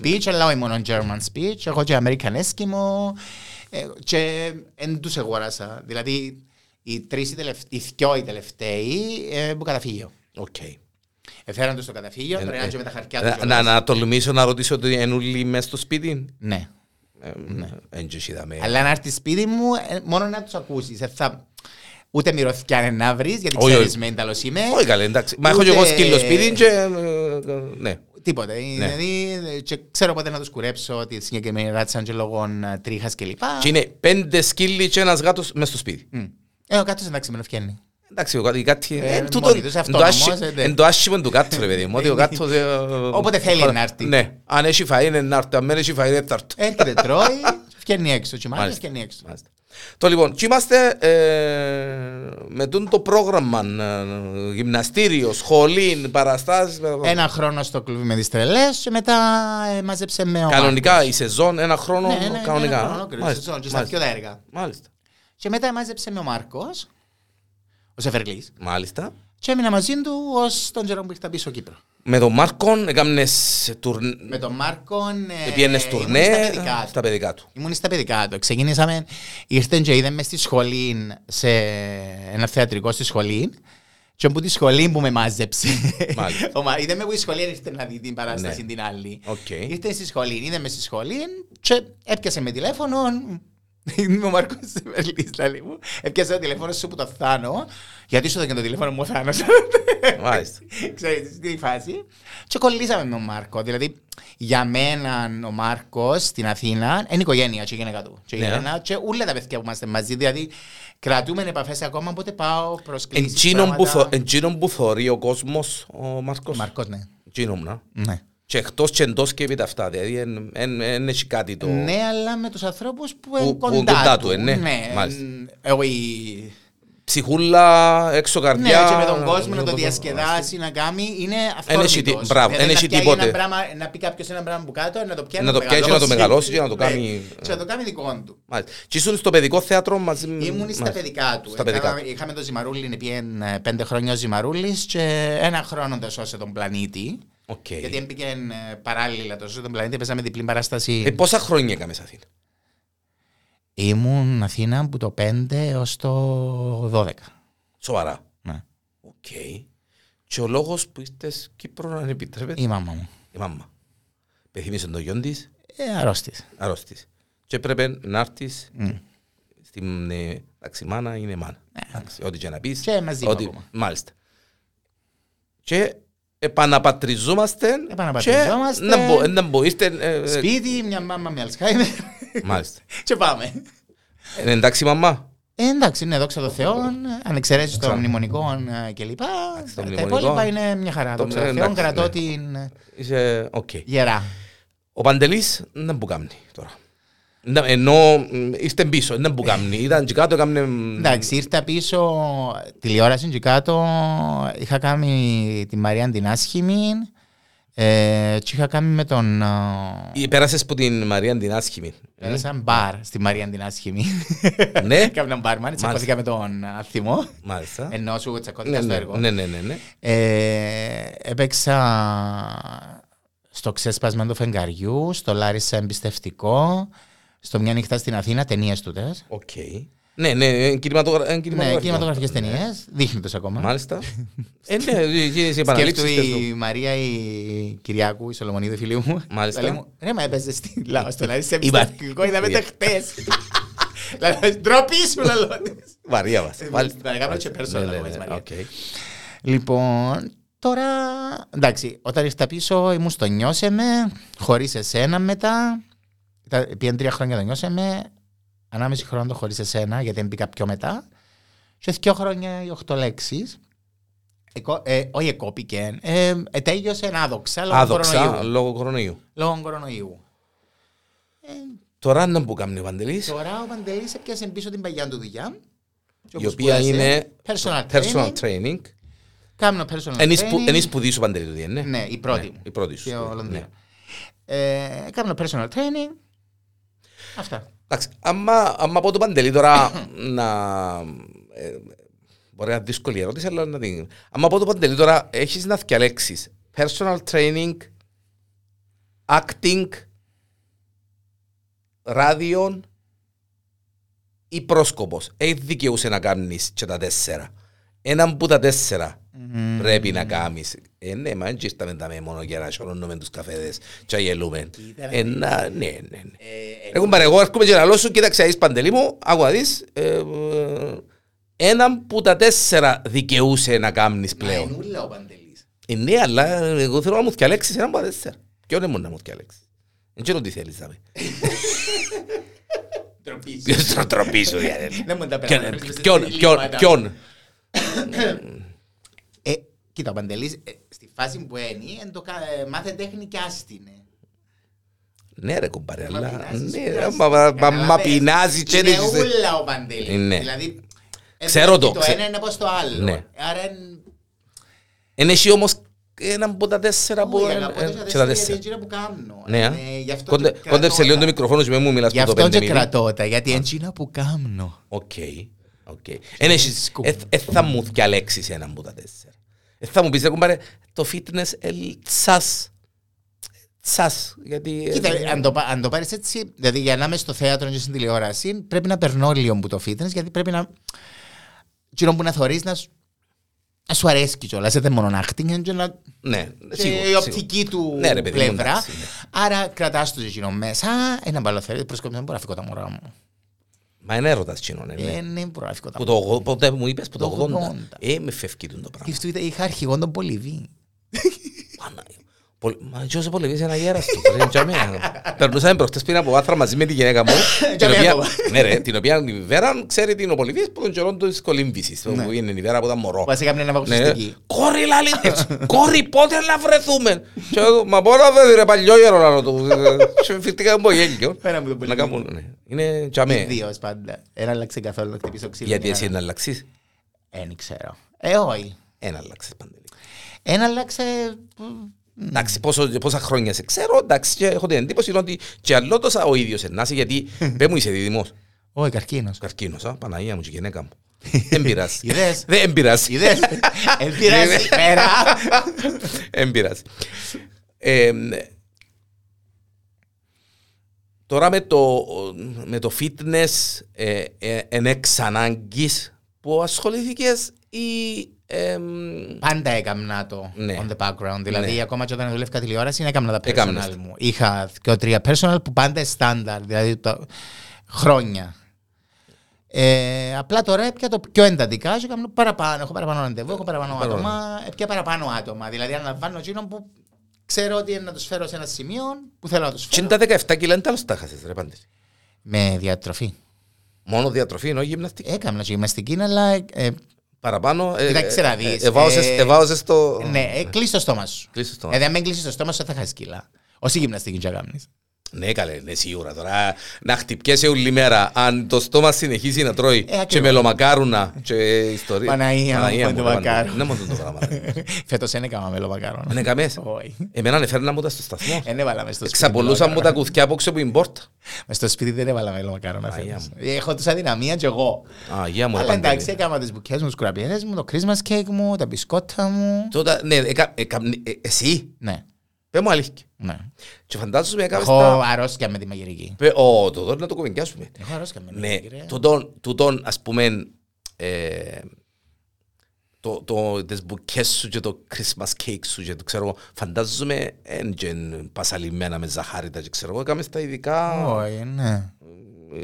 S2: speech, αλλά όχι μόνο German speech, εγώ και American Eskimo ε, και δεν τους εγόρασα. Δηλαδή, οι τρεις, οι, τελευ... οι δυο οι τελευταίοι ε, που καταφύγιο.
S1: Οκ.
S2: Έφεραν τους στο καταφύγιο,
S1: Ε,
S2: πρέπει να
S1: ε,
S2: και με τα χαρτιά
S1: Να-
S2: τους.
S1: Να, να τολμήσω να ρωτήσω ότι ενούλοι μες στο σπίτι.
S2: Ναι.
S1: Ε, Εν και εσύ δαμέ.
S2: Αλλά να έρθεις σπίτι μου, ε, μόνο να τους ακούσεις. Ε, θα... Ούτε μυρωθιά να βρεις, γιατί
S1: Όχι,
S2: ξέρεις
S1: όχι.
S2: με ενταλός είμαι.
S1: Όχι καλέ, εντάξει. Μα έχω και εγώ
S2: Ούτε-
S1: σκύλο σπίτι και... ε, ε, Ναι.
S2: Τίποτε. Δηλαδή, ε, και ξέρω πότε να τους κουρέψω τη συγκεκριμένη ράτσα και λόγων ε, τρίχας κλπ.
S1: Και είναι πέντε σκύλοι και ένας γάτος μες στο σπίτι.
S2: Μμ. Ε, ο κάτω εντάξει, με φτιάχνει.
S1: Εντάξει, ο κάτι... κάτι-
S2: Ε,
S1: ε,
S2: μόνοι
S1: τούτον-
S2: τους,
S1: εν το
S2: αυτόνομος,
S1: άσχη-
S2: ε, ναι.
S1: Εν το άσχημο του κάτω, ρε παιδί μου. Ότι ο κάτος... ε,
S2: Όποτε θέλει
S1: ε,
S2: να έρθει.
S1: Ναι. Αν έχει φαΐ είναι να έρθει. Αν δεν έχει φαΐ δεν θα έρθει.
S2: Έρχεται, τρώει, φτιάχνει έξω. Τσιμάρι,
S1: Μάλιστα.
S2: φτιάχνει έξω.
S1: Μάλιστα. Το λοιπόν, και είμαστε ε, με τούτο το πρόγραμμα, ε, γυμναστήριο, σχολή, παραστάσεις. ε,
S2: Ένα χρόνο στο κλουβί με τις τρελές και μετά ε, μάζεψε με ο
S1: Κανονικά η σεζόν, ένα χρόνο
S2: Μάρκος. Ναι, ναι,
S1: κανονικά.
S2: ένα χρόνο, ακριβώς,
S1: Μάλιστα,
S2: σεζόν, και στα πιο
S1: μάλιστα.
S2: τα έργα.
S1: Μάλιστα.
S2: Και μετά μάζεψε με ο Μάρκος, ο Σεφερλής,
S1: Μάλιστα.
S2: και έμεινα μαζί του ως τον Τζερόμ που ήρθα πίσω Κύπρο.
S1: Με τον Μάρκον έκαμνες τουρν...
S2: Με τον Μάρκον ε,
S1: Πήγαινες
S2: ήμουν
S1: τουρνέ
S2: στα παιδικά του.
S1: στα παιδικά του.
S2: Ήμουν στα παιδικά του. Ξεκινήσαμε, ήρθε και είδαμε στη σχολή, σε ένα θεατρικό στη σχολή. Και από τη σχολή που με μάζεψε.
S1: Μάλιστα.
S2: *laughs* Ο μα- Είδαμε που η σχολή ήρθε να δει την παράσταση
S1: Ναι.
S2: την άλλη.
S1: Οκ.
S2: Ήρθε στη σχολή, είδαμε στη σχολή και έπιασε με τηλέφωνο. Είμαι ο Μάρκος Σεβερλή, λέει μου. Έπιασε το τηλέφωνο σου που το θάνω. Γιατί σου έδωκε το τηλέφωνο μου, ο Θάνο.
S1: Μάλιστα.
S2: Ξέρετε, τι φάση. Και κολλήσαμε με τον Μάρκο. Δηλαδή, για μένα ο Μάρκος στην Αθήνα είναι οικογένεια, και η γυναίκα του. Και η
S1: Ναι.
S2: Ελένα, και όλα τα παιδιά που είμαστε μαζί. Δηλαδή, κρατούμε επαφές ακόμα, οπότε πάω προς
S1: Εντζίνον που θω- Εντζίνον που θωρεί ο κόσμος ο Μάρκος.
S2: Μάρκος, ναι.
S1: Εντζίνον, να.
S2: ναι.
S1: Και εκτός και εντός και επί τα αυτά. Δηλαδή εν- εν- εν έχει κάτι το...
S2: Ναι, αλλά με τους ανθρώπους που
S1: Που-
S2: είναι
S1: που
S2: κοντά,
S1: κοντά
S2: του.
S1: του, ε, ναι.
S2: ναι.
S1: Μάλιστα.
S2: Εγώ η-
S1: Ψυχούλα, έξω
S2: Ναι,
S1: καρδιά.
S2: και με τον κόσμο να το διασκεδάσει, να κάνει, είναι
S1: έχει τι-
S2: αυτόρμητος.
S1: μπράβο,
S2: Δηλαδή,
S1: εν
S2: να
S1: έχει
S2: πιάει
S1: τίποτε.
S2: ένα πράγμα- Να πει κάποιος ένα πράγμα που κάτω, να το πιάνει,
S1: Να το πιάσει, να το μεγαλώσει και να το
S2: Ναι,
S1: κάνει-
S2: Και να το κάνει δικό του.
S1: Μάλιστα. Και ήσουν στο παιδικό θέατρο μαζί με...
S2: Ήμουν στα
S1: μάλιστα.
S2: παιδικά του.
S1: Στα παιδικά
S2: Έκανα-
S1: του.
S2: Είχαμε το Ζημαρούλη, πήγαινε ε, πέντε χρόνια ο Ζημαρούλης και ένα χρόνο το σώσε τον πλανήτη.
S1: Οκ.
S2: Γιατί έμπηκε παράλληλα το σώσε τον πλανήτη, παίζαμε διπλή παράσταση.
S1: Ε, Πόσα χρόνια έκαμε σε Αθήνα.
S2: Ήμουν Αθήνα από το 5 έως το 12.
S1: Σοβαρά.
S2: Ναι.
S1: Οκ. Και ο λόγος που είστε Κύπρο να επιτρέπετε.
S2: Η μάμα μου.
S1: Η μάμα. Πεθυμίσε τον γιον της,
S2: Ε, αρρώστης.
S1: αρρώστης. Και έπρεπε να έρθεις στην... ε, Εντάξει, μάνα είναι μάνα. Εντάξει, Ό,τι και να πεις.
S2: Ναι. Και μαζί μου ακόμα.
S1: Μάλιστα. Και επαναπατριζόμαστε
S2: Επαναπατριζόμαστε.
S1: και να μπο, να μπο, είστε, ε, ε,
S2: Σπίτι, μια μάμα με Αλσχάιμερ. *laughs*
S1: μάλιστα.
S2: Και πάμε.
S1: Ε, εντάξει μαμά.
S2: Ε, εντάξει, είναι δόξα τω Θεώ, ανεξαιρέσει των μνημονικών ε, κλπ.
S1: των
S2: Τα
S1: μνημονικών.
S2: υπόλοιπα είναι μια χαρά.
S1: Το-
S2: Δόξα τω Θεώ,
S1: εντάξει, ναι.
S2: κρατώ την ε,
S1: Είσαι οκ.
S2: γερά.
S1: Ο Παντελής δεν μπουκάμνει τώρα. Να- Ενώ μ, είστε πίσω, δεν μπουκάμνει. Ήταν και κάτω, έκαμνε... μ,
S2: Εντάξει, ήρθα πίσω τηλεόραση και κάτω. Είχα κάνει τη Μαρία την άσχημη. Ε, και είχα κάνει με τον. ε,
S1: Ή Πέρασες που την Μαρία την άσχημη.
S2: Πέρασα μπαρ στη Μαρία την
S1: *laughs*
S2: άσχημη. *laughs*
S1: Ναι,
S2: Κάμουν μπαρμαν, τσακώθηκα με τον αθημό.
S1: μάλιστα.
S2: Ενώ σου
S1: Ναι,
S2: τσακώθηκα στο
S1: ναι,
S2: έργο.
S1: ναι, ναι, ναι, ναι.
S2: Ε, έπαιξα στο ξέσπασμα του φεγγαριού, στο Λάρισα εμπιστευτικό, στο Μια νύχτα στην Αθήνα, ταινίες του τες.
S1: Οκ. Ναι, ναι, κινηματογρα- ε,
S2: Ναι,
S1: κινηματογραφικό.
S2: κινηματογραφικές ταινίες. Δείχνει τους ακόμα.
S1: Μάλιστα. Ε, ναι, γίνεσαι
S2: Σκέφτομαι
S1: επαναλήψεις. θες
S2: η Μαρία η Κυριάκου, η Σολομονίδη φίλη μου.
S1: Μάλιστα.
S2: Λέει μου, Ρε, μα έπαιζες στη Λάο, στο Λάρισα
S1: Είπα.
S2: εμπιστευτικό, είδαμε το χτες. Ντροπή σου, λαλό.
S1: το. Βαρία μας.
S2: Ε,
S1: Μάλιστα.
S2: να κάνω και personal,
S1: Ναι, ναι,
S2: να πω,
S1: ναι,
S2: Μαρία.
S1: οκ.
S2: Λοιπόν, τώρα. Εντάξει, όταν ήρθα πίσω ήμουν στο νιώσε με, χωρίς εσένα μετά. Τα- Πήγαν τρία χρόνια το νιώσε με, ανάμεση χρόνο το χωρίς εσένα, γιατί μπήκα πιο μετά. Σε δύο χρόνια οι οχτώ λέξεις. Ε, όχι, εκόπηκε. Ε, ε, τέλειωσε άδοξα λόγω
S1: Άδοξα,
S2: κορονοϊού.
S1: λόγω κορονοϊού.
S2: Λόγω κορονοϊού. Ε,
S1: Τώρα να που κάνει ο Παντελής,
S2: Τώρα ο Παντελής έπιασε πίσω την παγιά του δουλειά. και
S1: η
S2: όπως
S1: οποία
S2: σπούδασε,
S1: είναι
S2: personal
S1: personal
S2: training.
S1: training.
S2: Κάνω personal
S1: Εν εις που-
S2: training.
S1: εν εις σπουδή σου Παντελή, δηλαδή, ναι.
S2: Ναι, η πρώτη
S1: Ναι,
S2: μου.
S1: Η πρώτη σου.
S2: και ο Λονδίνο.
S1: Ναι.
S2: Ε, Έκανα personal training. Αυτά.
S1: Εντάξει, άμα, άμα πω το Παντελή τώρα να... ε, μπορεί να είναι δύσκολη ερώτηση, αλλά να την... Άμα πω το Παντελή τώρα, έχεις να διαλέξεις personal training, acting, ράδιον ή πρόσκοπος. Έχει δικαιούσε να κάνεις και τα τέσσερα. Έναν που τα τέσσερα πρέπει να κάνεις. Ε, ναι, μα δεν ήρθαμε τα με μόνο για να σωρώνουμε τους καφέδες και να γελούμε. Ε, να- ναι, ναι, ναι. Έχουν πάρει εγώ, έρχομαι και λαλό σου, κοίταξε, είσαι παντελή μου, άκου να δεις, ε, ε, έναν που τα τέσσερα δικαιούσε να κάνεις πλέον.
S2: Μανούλα ο Παντελής.
S1: Ε, ναι, αλλά εγώ θέλω να μου διαλέξεις έναν που τα τέσσερα. Ποιον είναι μόνο να μου διαλέξεις. Δεν ξέρω τι θέλεις
S2: *laughs*
S1: να πει.
S2: Ντροπή. *laughs*
S1: Ποιος θα τροπεί σου, δηλαδή.
S2: Δεν μου τα
S1: Ποιον,
S2: περνάω.
S1: ποιον, ποιον, ποιον.
S2: Ε, Κοίτα, ο Παντελής ε, στη φάση που ένι, εν το κα- ε, μάθε τέχνη και άστινε.
S1: Ναι ρε κουμπάρε, αλλά...
S2: πεινάζεις,
S1: ναι,
S2: πεινάζεις.
S1: μα- μα- μα- Μα
S2: Καταλαβαίνεις.
S1: πεινάζει και
S2: Είναι
S1: δεν είσαι-
S2: ούλα ο Παντελής.
S1: Ναι.
S2: Δηλαδή, ε,
S1: Ξέρω
S2: το
S1: το, ξε-
S2: ένα είναι πως το
S1: Ναι.
S2: άλλο. Άρα, εν-
S1: Εν έχει όμως έναν από τα τέσσερα που...
S2: Όχι,
S1: ε,
S2: αγαπώ
S1: ε,
S2: τα
S1: και τα
S2: τέσσερα
S1: τέσσερα.
S2: είναι εκείνα που κάνω.
S1: Ναι, α.
S2: Ε, γι' αυτό
S1: Κόντε-
S2: και κρατώ
S1: Κόντεψε λίγο
S2: τα.
S1: το μικρόφωνο σου, μην μου μιλάς
S2: Γι'
S1: που το
S2: αυτό
S1: πέντε
S2: και
S1: μήνυμα.
S2: κρατώ τα, γιατί εντζίνα που κάνω.
S1: Οκ. Οκ. Εν έχεις-
S2: σκουπ.
S1: ε- ε, θα μου διαλέξεις έναν από τα τέσσερα. Ε, θα μου πεις, ρε κουμπάρε, το fitness ε, τσάς. Τσάς, γιατί... ε,
S2: Κοίτα,
S1: ε,
S2: αν το, πα- αν το πάρεις έτσι, δηλαδή για να είμαι στο θέατρο και στην τηλεόραση, πρέπει να περνώ λίγο που το fitness, γιατί πρέπει να. Τι που να θεωρεί να, σου- να σου αρέσει κιόλας. Δεν μόνο acting, και, να...
S1: Ναι,
S2: και
S1: σίγουρα.
S2: η
S1: σίγουρα.
S2: οπτική του
S1: Ναι, ρε παιδί μου,
S2: πλευρά.
S1: εντάξει, ναι.
S2: Άρα κρατάς το εκείνο μέσα. Ένα μπαλαθέρι, προσκόπησα, δεν μπορώ να φύγω τα μωρά μου.
S1: Μα είναι έρωτας τσινόν, ε, ναι.
S2: Ε, Δεν μπορώ να φύγω τα
S1: Που
S2: μωρά
S1: το ογο- Πότε μου είπες, που το
S2: Το
S1: 80.
S2: 80.
S1: Ε, με φεύγει το πράγμα.
S2: μου. Και στο- Είχα αρχηγόν τον Πολυβή.
S1: Παναγία. Πολ- Μα και όσο πολεμείς ένα γέραστο. ρε, τζ' αμία. Περνούσαμε προχτές πριν από άθρα μαζί με τη γυναίκα μου. την
S2: αμία
S1: οποία-
S2: ακόμα.
S1: Ναι ρε, την οποία η Βέρα ξέρει την οπολιβής που τον καιρό της κολύμβησης.
S2: Ναι.
S1: Που είναι η Βέρα που ήταν μωρό.
S2: Βασικά μια
S1: Ναι,
S2: αναπαγωνιστική.
S1: Κόρη λαλή της, κόρη πότε να βρεθούμε. Και εγώ, Μα μπορώ να βρεθεί ρε παλιό γέρο λαλό του. Σε Φυτικά μου γέλιο.
S2: Φέρα μου τον
S1: Να
S2: Πολυβή.
S1: κάνουν, ναι. Είναι τζαμέ.
S2: Δύο πάντα. Ένα αλλάξε καθόλου να χτυπήσω ξύλο.
S1: ναι. Γιατί
S2: Ένα-
S1: εσύ να αλλάξεις.
S2: Ε, δεν ξέρω. Ε, όχι.
S1: Ένα αλλάξεις παντελή.
S2: Ένα άλλαξε. μ,
S1: Εντάξει, πόσο, πόσα χρόνια σε ξέρω, εντάξει, και έχω την εντύπωση ότι και αλλότος ο ίδιος ενάσαι, γιατί
S2: *laughs*
S1: πέ μου είσαι δίδυμος.
S2: Όχι, καρκίνος.
S1: Καρκίνος, α, Παναγία μου και γυναίκα
S2: *laughs*
S1: μου. Δεν πειράζει.
S2: Είδες? Ε,
S1: Δεν πειράζει. *laughs*
S2: Είδες. Επηρεάζει πέρα.
S1: Δεν πειράζει. Ε, Τώρα με το, με το fitness ε, ε, εν εξ ανάγκης που ασχοληθήκες ή... Ε,
S2: Πάντα έκαμνα το
S1: Ναι.
S2: on the background. Δηλαδή,
S1: Ναι.
S2: ακόμα και όταν δούλευκα τηλεόραση, έκαμνα τα
S1: Έκαμνες
S2: personal
S1: τα.
S2: μου. Είχα και τρία personal που πάντα στάνταρ, δηλαδή τα χρόνια. Ε, απλά τώρα έπια το πιο εντατικά και έκανα παραπάνω. Έχω παραπάνω ραντεβού, έχω παραπάνω
S1: Παραπάνω.
S2: άτομα. Έπια παραπάνω άτομα. Δηλαδή, αναλαμβάνω εκείνο που ξέρω ότι είναι να τους φέρω σε ένα σημείο που θέλω να τους
S1: και τα
S2: φέρω.
S1: 17 κιλά είναι τα άλλος τα χάσες ρε πάντες.
S2: Με διατροφή.
S1: Μόνο διατροφή ενώ γυμναστική.
S2: Έκανα γυμναστική, αλλά. ε, ε,
S1: Παραπάνω. ε,
S2: Κοίταξε να
S1: ε,
S2: δεις,
S1: ε, εβάωσες-
S2: ε,
S1: εβάωσες το.
S2: ναι, ε, κλείσει το στόμα σου.
S1: Κλείσε το.
S2: Δηλαδή, αν δεν κλείσεις το στόμα σου, θα χάσει κιλά. Όση γυμναστική και κάνει.
S1: *laughs* Ναι, καλέ, ναι, σίγουρα. Τώρα να χτυπιέσαι όλη μέρα. Αν το στόμα συνεχίζει να τρώει
S2: Ε, ακριβώς.
S1: και μελομακάρουνα και ιστορία.
S2: Παναγία μου,
S1: μου,
S2: το
S1: ρε,
S2: μακάρου.
S1: Ναι, μόνο το πράγμα. ρε.
S2: Φέτος δεν έκανα μέλο μακαρόνα.
S1: Δεν έκαμες.
S2: Όχι.
S1: Εμένα ανεφέρνα μου τα στο σταθμό.
S2: Δεν έβαλα μες στο σπίτι.
S1: Εξαπολούσα μου
S2: μελομακάρονα.
S1: τα κουθιά από ξεπού την πόρτα.
S2: Μες στο σπίτι δεν έβαλα μέλο μακαρόνα.
S1: Παναγία
S2: φέτος. Έχω τους αδυναμία και εγώ.
S1: Αγία μου, ρε,
S2: Αλλά εντάξει,
S1: Παντελή.
S2: έκανα τις μπουκιές μου, τις κουραπιέδες μου, το Christmas cake μου, τα μπισκότα μου.
S1: Τότε, ναι, εκα- εκα- ε, εσύ,
S2: Ναι,
S1: πες μου αλήθεια.
S2: ναι.
S1: Και φαντάζομαι έκαμες
S2: Έχω
S1: τα...
S2: αρρώστια με τη μαγειρική.
S1: Πε- Ω, το δω να το κουβεντιάσουμε.
S2: Έχω αρρώστια με τη
S1: Ναι,
S2: μαγειρική. ρε.
S1: τούτον, τούτον ας πούμε, ε, το, το, τις μπουκές σου και το Christmas cake σου και το ξέρω εγώ, φαντάζομαι εν και εν πασαλιμένα με ζαχάριτα και ξέρω εγώ, έκαμε τα ειδικά
S2: Όχι, ναι.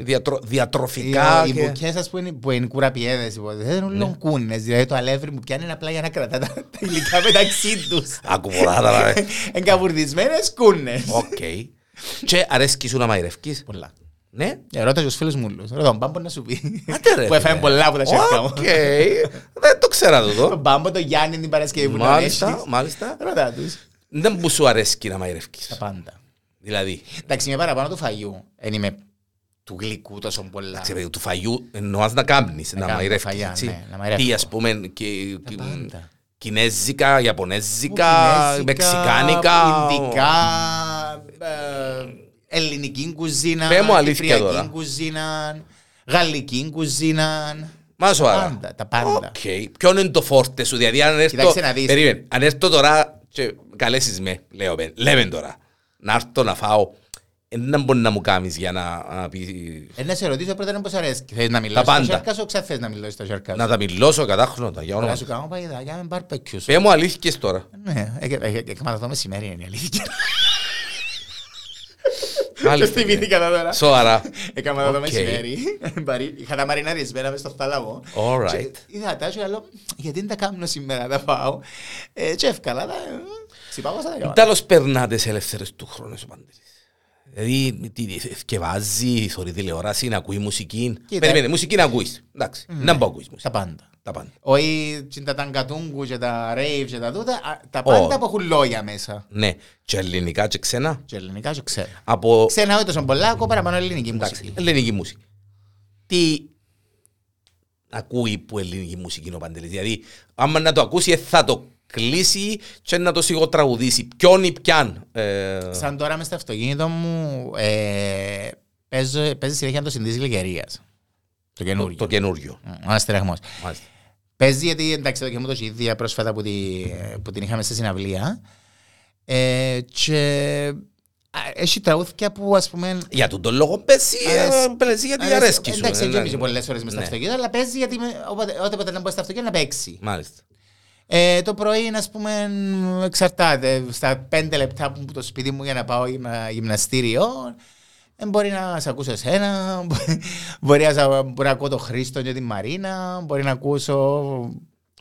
S1: διατρο, διατροφικά
S2: Οι- Οι
S1: και...
S2: μπουκιές ας πούμε που είναι κουραπιέδες, οι μπουκιές είναι όλων κούνες. Δηλαδή το αλεύρι μου πιάνει απλά για να κρατά τα τα υλικά μεταξύ *laughs* τους.
S1: Άκου πολλά τα
S2: *laughs*
S1: ρε.
S2: Εγκαβουρδισμένες κούνες.
S1: Οκ. Και αρέσκει σου να μαγειρεύκεις.
S2: Πολλά.
S1: Ναι.
S2: Ε, Ρώτα και τους φίλους μου, λες. Ρώτα τον Μπάμπο να σου πει.
S1: Άντε ρε.
S2: Που έφαγε πολλά από τα χέρια μου.
S1: Οκ. Δεν το ξέρα τούτο.
S2: Τον Μπάμπο, τον Γιάννη την Παρασκευή *laughs* που ήταν
S1: Μάλιστα,
S2: έτσι.
S1: μάλιστα.
S2: Ρώτα τους.
S1: Δεν που σου αρέσκει να
S2: Τα
S1: μαγειρεύκεις.
S2: πάντα.
S1: Δηλαδή,
S2: Εντάξει, είμαι παραπάνω του φαγιού. Δεν είμαι του γλυκού τόσο πολλά.
S1: Ξέρετε, του φαγιού εννοάς να κάμπνεις, να,
S2: κάνω
S1: μαγειρεύεις,
S2: φαγιά,
S1: έτσι.
S2: ναι, να μαγειρεύω.
S1: Τι ας πούμε, και,
S2: Τα πάντα.
S1: κινέζικα, ιαπωνέζικα,
S2: Κινέζικα,
S1: μεξικάνικα.
S2: Ινδικά, ε, ελληνική κουζίνα,
S1: Πέ μου αλήθεια
S2: κυπριακή
S1: τώρα.
S2: κουζίνα, γαλλική κουζίνα.
S1: Μα
S2: Τα
S1: σοβαρά.
S2: πάντα, τα πάντα.
S1: Οκ. Ποιο είναι το φόρτε σου, δηλαδή αν έρθω...
S2: Κοιτάξτε να δεις.
S1: Περίμενε, αν έρθω τώρα και καλέσεις με, λέω, με, λέμε τώρα, να έρθω να φάω, ε, δεν μπορεί να μου κάνεις για να, να πει...
S2: Ε, να σε ρωτήσω πρώτα είναι πως αρέσει. Θες να μιλώσεις στο
S1: πάντα.
S2: σέρκα σου, ξα- θες να μιλώσεις στο σέρκα
S1: Να
S2: σου.
S1: τα μιλώσω κατάχρονα, για
S2: Να
S1: όνομα.
S2: σου κάνω παγιδάκια με barbecue σου.
S1: Πέ μου αλήθικες τώρα.
S2: Ναι, ε, ε, ε, εκμαθώ μεσημέρι είναι η αλήθεια.
S1: Άλλη
S2: Το
S1: *laughs* στιγμή.
S2: *laughs* θυμήθηκα τώρα.
S1: Σοβαρά.
S2: Έκανα εδώ το
S1: Οκ.
S2: μεσημέρι. *laughs* Μπαρί- Είχα τα μαριναρισμένα μες στο θάλαμο.
S1: All
S2: Και
S1: right.
S2: Είδα τα και λέω, γιατί δεν τα κάνω σήμερα, τα πάω. Ε, Και εύκολα τα... Ξυπάγω σαν τα κάνω.
S1: Τέλος περνάτε σε ελεύθερες του χρόνου σου Παντελής. Δηλαδή, τι- τι- θκευάζει, θωρεί τηλεόραση, να ακούει μουσική.
S2: Κοίτα. Ναι.
S1: Περιμένε, μουσική να ακούεις. Εντάξει, να μην ακούεις μουσική.
S2: Τα πάντα.
S1: Τα πάντα.
S2: Όχι και τα ταγκατούγκου και τα ρέιβ και τα τούτα, α, τα
S1: Ω.
S2: πάντα που έχουν λόγια μέσα.
S1: Ναι, και ελληνικά και ξένα.
S2: Και ελληνικά και ξένα.
S1: Από
S2: Ξένα όχι τόσο πολλά, ακούω παραπάνω ελληνική
S1: εντάξει,
S2: μουσική.
S1: ελληνική μουσική. Τι ακούει που ελληνική μουσική είναι ο Παντελής. Δηλαδή, άμα να το ακούσει, ε, θα το κλείσει και να το σιγοτραγουδήσει. Ποιον ή πιαν. Ε,
S2: Σαν τώρα μες στο αυτοκίνητο μου, ε, παίζω- παίζει συνέχεια το συνδύς Λιγερίας.
S1: το,
S2: Το Mm, καινούργιο.
S1: το καινούριο.
S2: Μ, Ο αστεραγμός.
S1: Μάλιστα.
S2: Παίζει γιατί εντάξει, το μου το ίδια πρόσφατα που, τη- που την είχαμε στη συναυλία. Ε, και α, έχει τραγούδια που ας πούμε.
S1: Για τον τον λόγο παίζει, ε,
S2: Αρέσει.
S1: παίζει γιατί
S2: αρέσει-
S1: αρέσκεις σου.
S2: Εντάξει,
S1: ε,
S2: δεν
S1: ναι.
S2: γεμίζει πολλέ ώρε με στα
S1: Ναι.
S2: αυτοκίνητα, αλλά παίζει γιατί με- όποτε όποτε να μπω στα αυτοκίνητα να παίξει.
S1: Μάλιστα.
S2: Ε, το πρωί, ας πούμε, εξαρτάται. Στα πέντε λεπτά που το σπίτι μου για να πάω γυμνα- γυμναστήριο, ε, μπορεί να σε ακούσω εσένα, μπορεί- μπορεί να, σ' α- μπορεί να ακούω τον Χρήστο και την Μαρίνα, μπορεί να ακούσω.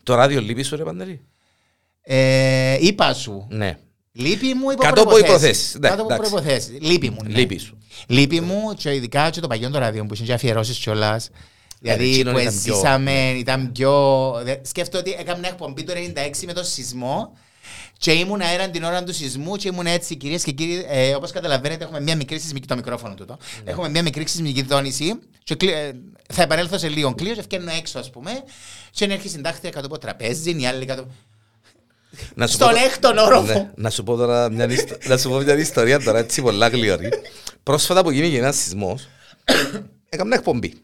S1: Το ράδιο λείπει σου ρε Παντελή.
S2: Ε, είπα σου.
S1: Ναι.
S2: Λείπει μου υπό
S1: Κάτω από
S2: προϋποθέσεις.
S1: προϋποθέσεις. Ναι,
S2: Κάτω από
S1: εντάξει.
S2: προϋποθέσεις. Λείπει μου. ναι.
S1: Λείπει σου.
S2: Λείπει μου και ειδικά και το παγιόν το ραδιό που είχε και αφιερώσεις κιόλας. Δηλαδή
S1: εκείνο
S2: που
S1: Ε, ήταν πιο- ναι.
S2: ζήσαμε, ήταν πιο... δε- Σκέφτομαι ότι έκανα μια εκπομπή το 96 με τον σεισμό και ήμουν αέραν την ώρα του σεισμού και ήμουν έτσι κυρίες και κύριοι, ε, όπως καταλαβαίνετε έχουμε μια μικρή σεισμική, το μικρόφωνο τούτο,
S1: Ναι.
S2: έχουμε μια μικρή σεισμική δόνηση και κλει- ε, θα επανέλθω σε λίγο κλείο και βγαίνω έξω ας πούμε και έρχεται η συντάκτρια κάτω από το τραπέζι, η άλλη κάτω από-
S1: Να σου
S2: Στον
S1: πω-
S2: έκτον όροφο.
S1: Ναι. Να σου πω τώρα μια, ιστο- να σου πω μια ιστορία τώρα έτσι πολλά γλυωρή. Πρόσφατα που γίνηκε ένας
S2: *coughs*
S1: σεισμός, έκαμε μια εκπομπή.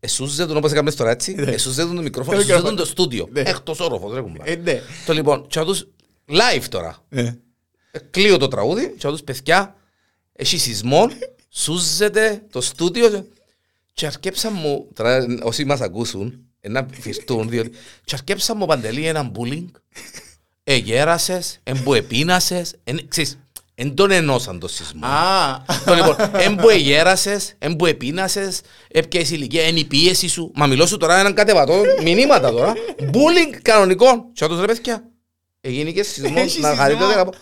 S1: Εσούζε τον όπως έκαμε τώρα έτσι, εσούζε τον το μικρόφωνο,
S2: Ναι. Το
S1: εσούζε τον
S2: μικρόφωνο.
S1: το στούντιο.
S2: Ναι.
S1: Έκτος όροφος, δεν έχουμε
S2: Ε,
S1: πάει.
S2: ναι.
S1: Το λοιπόν, και να τους live τώρα.
S2: Ε.
S1: Ε, Κλείω το τραγούδι και να τους παιδιά, έχει σεισμό, σούζεται το στούντιο και- και αρκέψαν μου, τώρα, όσοι μας ακούσουν, ε, να φυρτούν, διότι και αρκέψαν μου παντελή έναν bullying, Ε, εγέρασες, εμποεπίνασες, εν, ξέρεις, εν τον ενώσαν το σεισμό.
S2: Α,
S1: *laughs* Το λοιπόν, εμποεγέρασες, εμποεπίνασες, έπιασες ηλικία, εν η πίεση σου. Μα μιλώ σου τώρα έναν κατεβατό, μηνύματα τώρα,
S2: *laughs*
S1: bullying κανονικό. Και όντως ρε παιδιά, έγινε και σεισμός,
S2: Έχει
S1: να
S2: σεισμό.
S1: χαρείτε κάπου.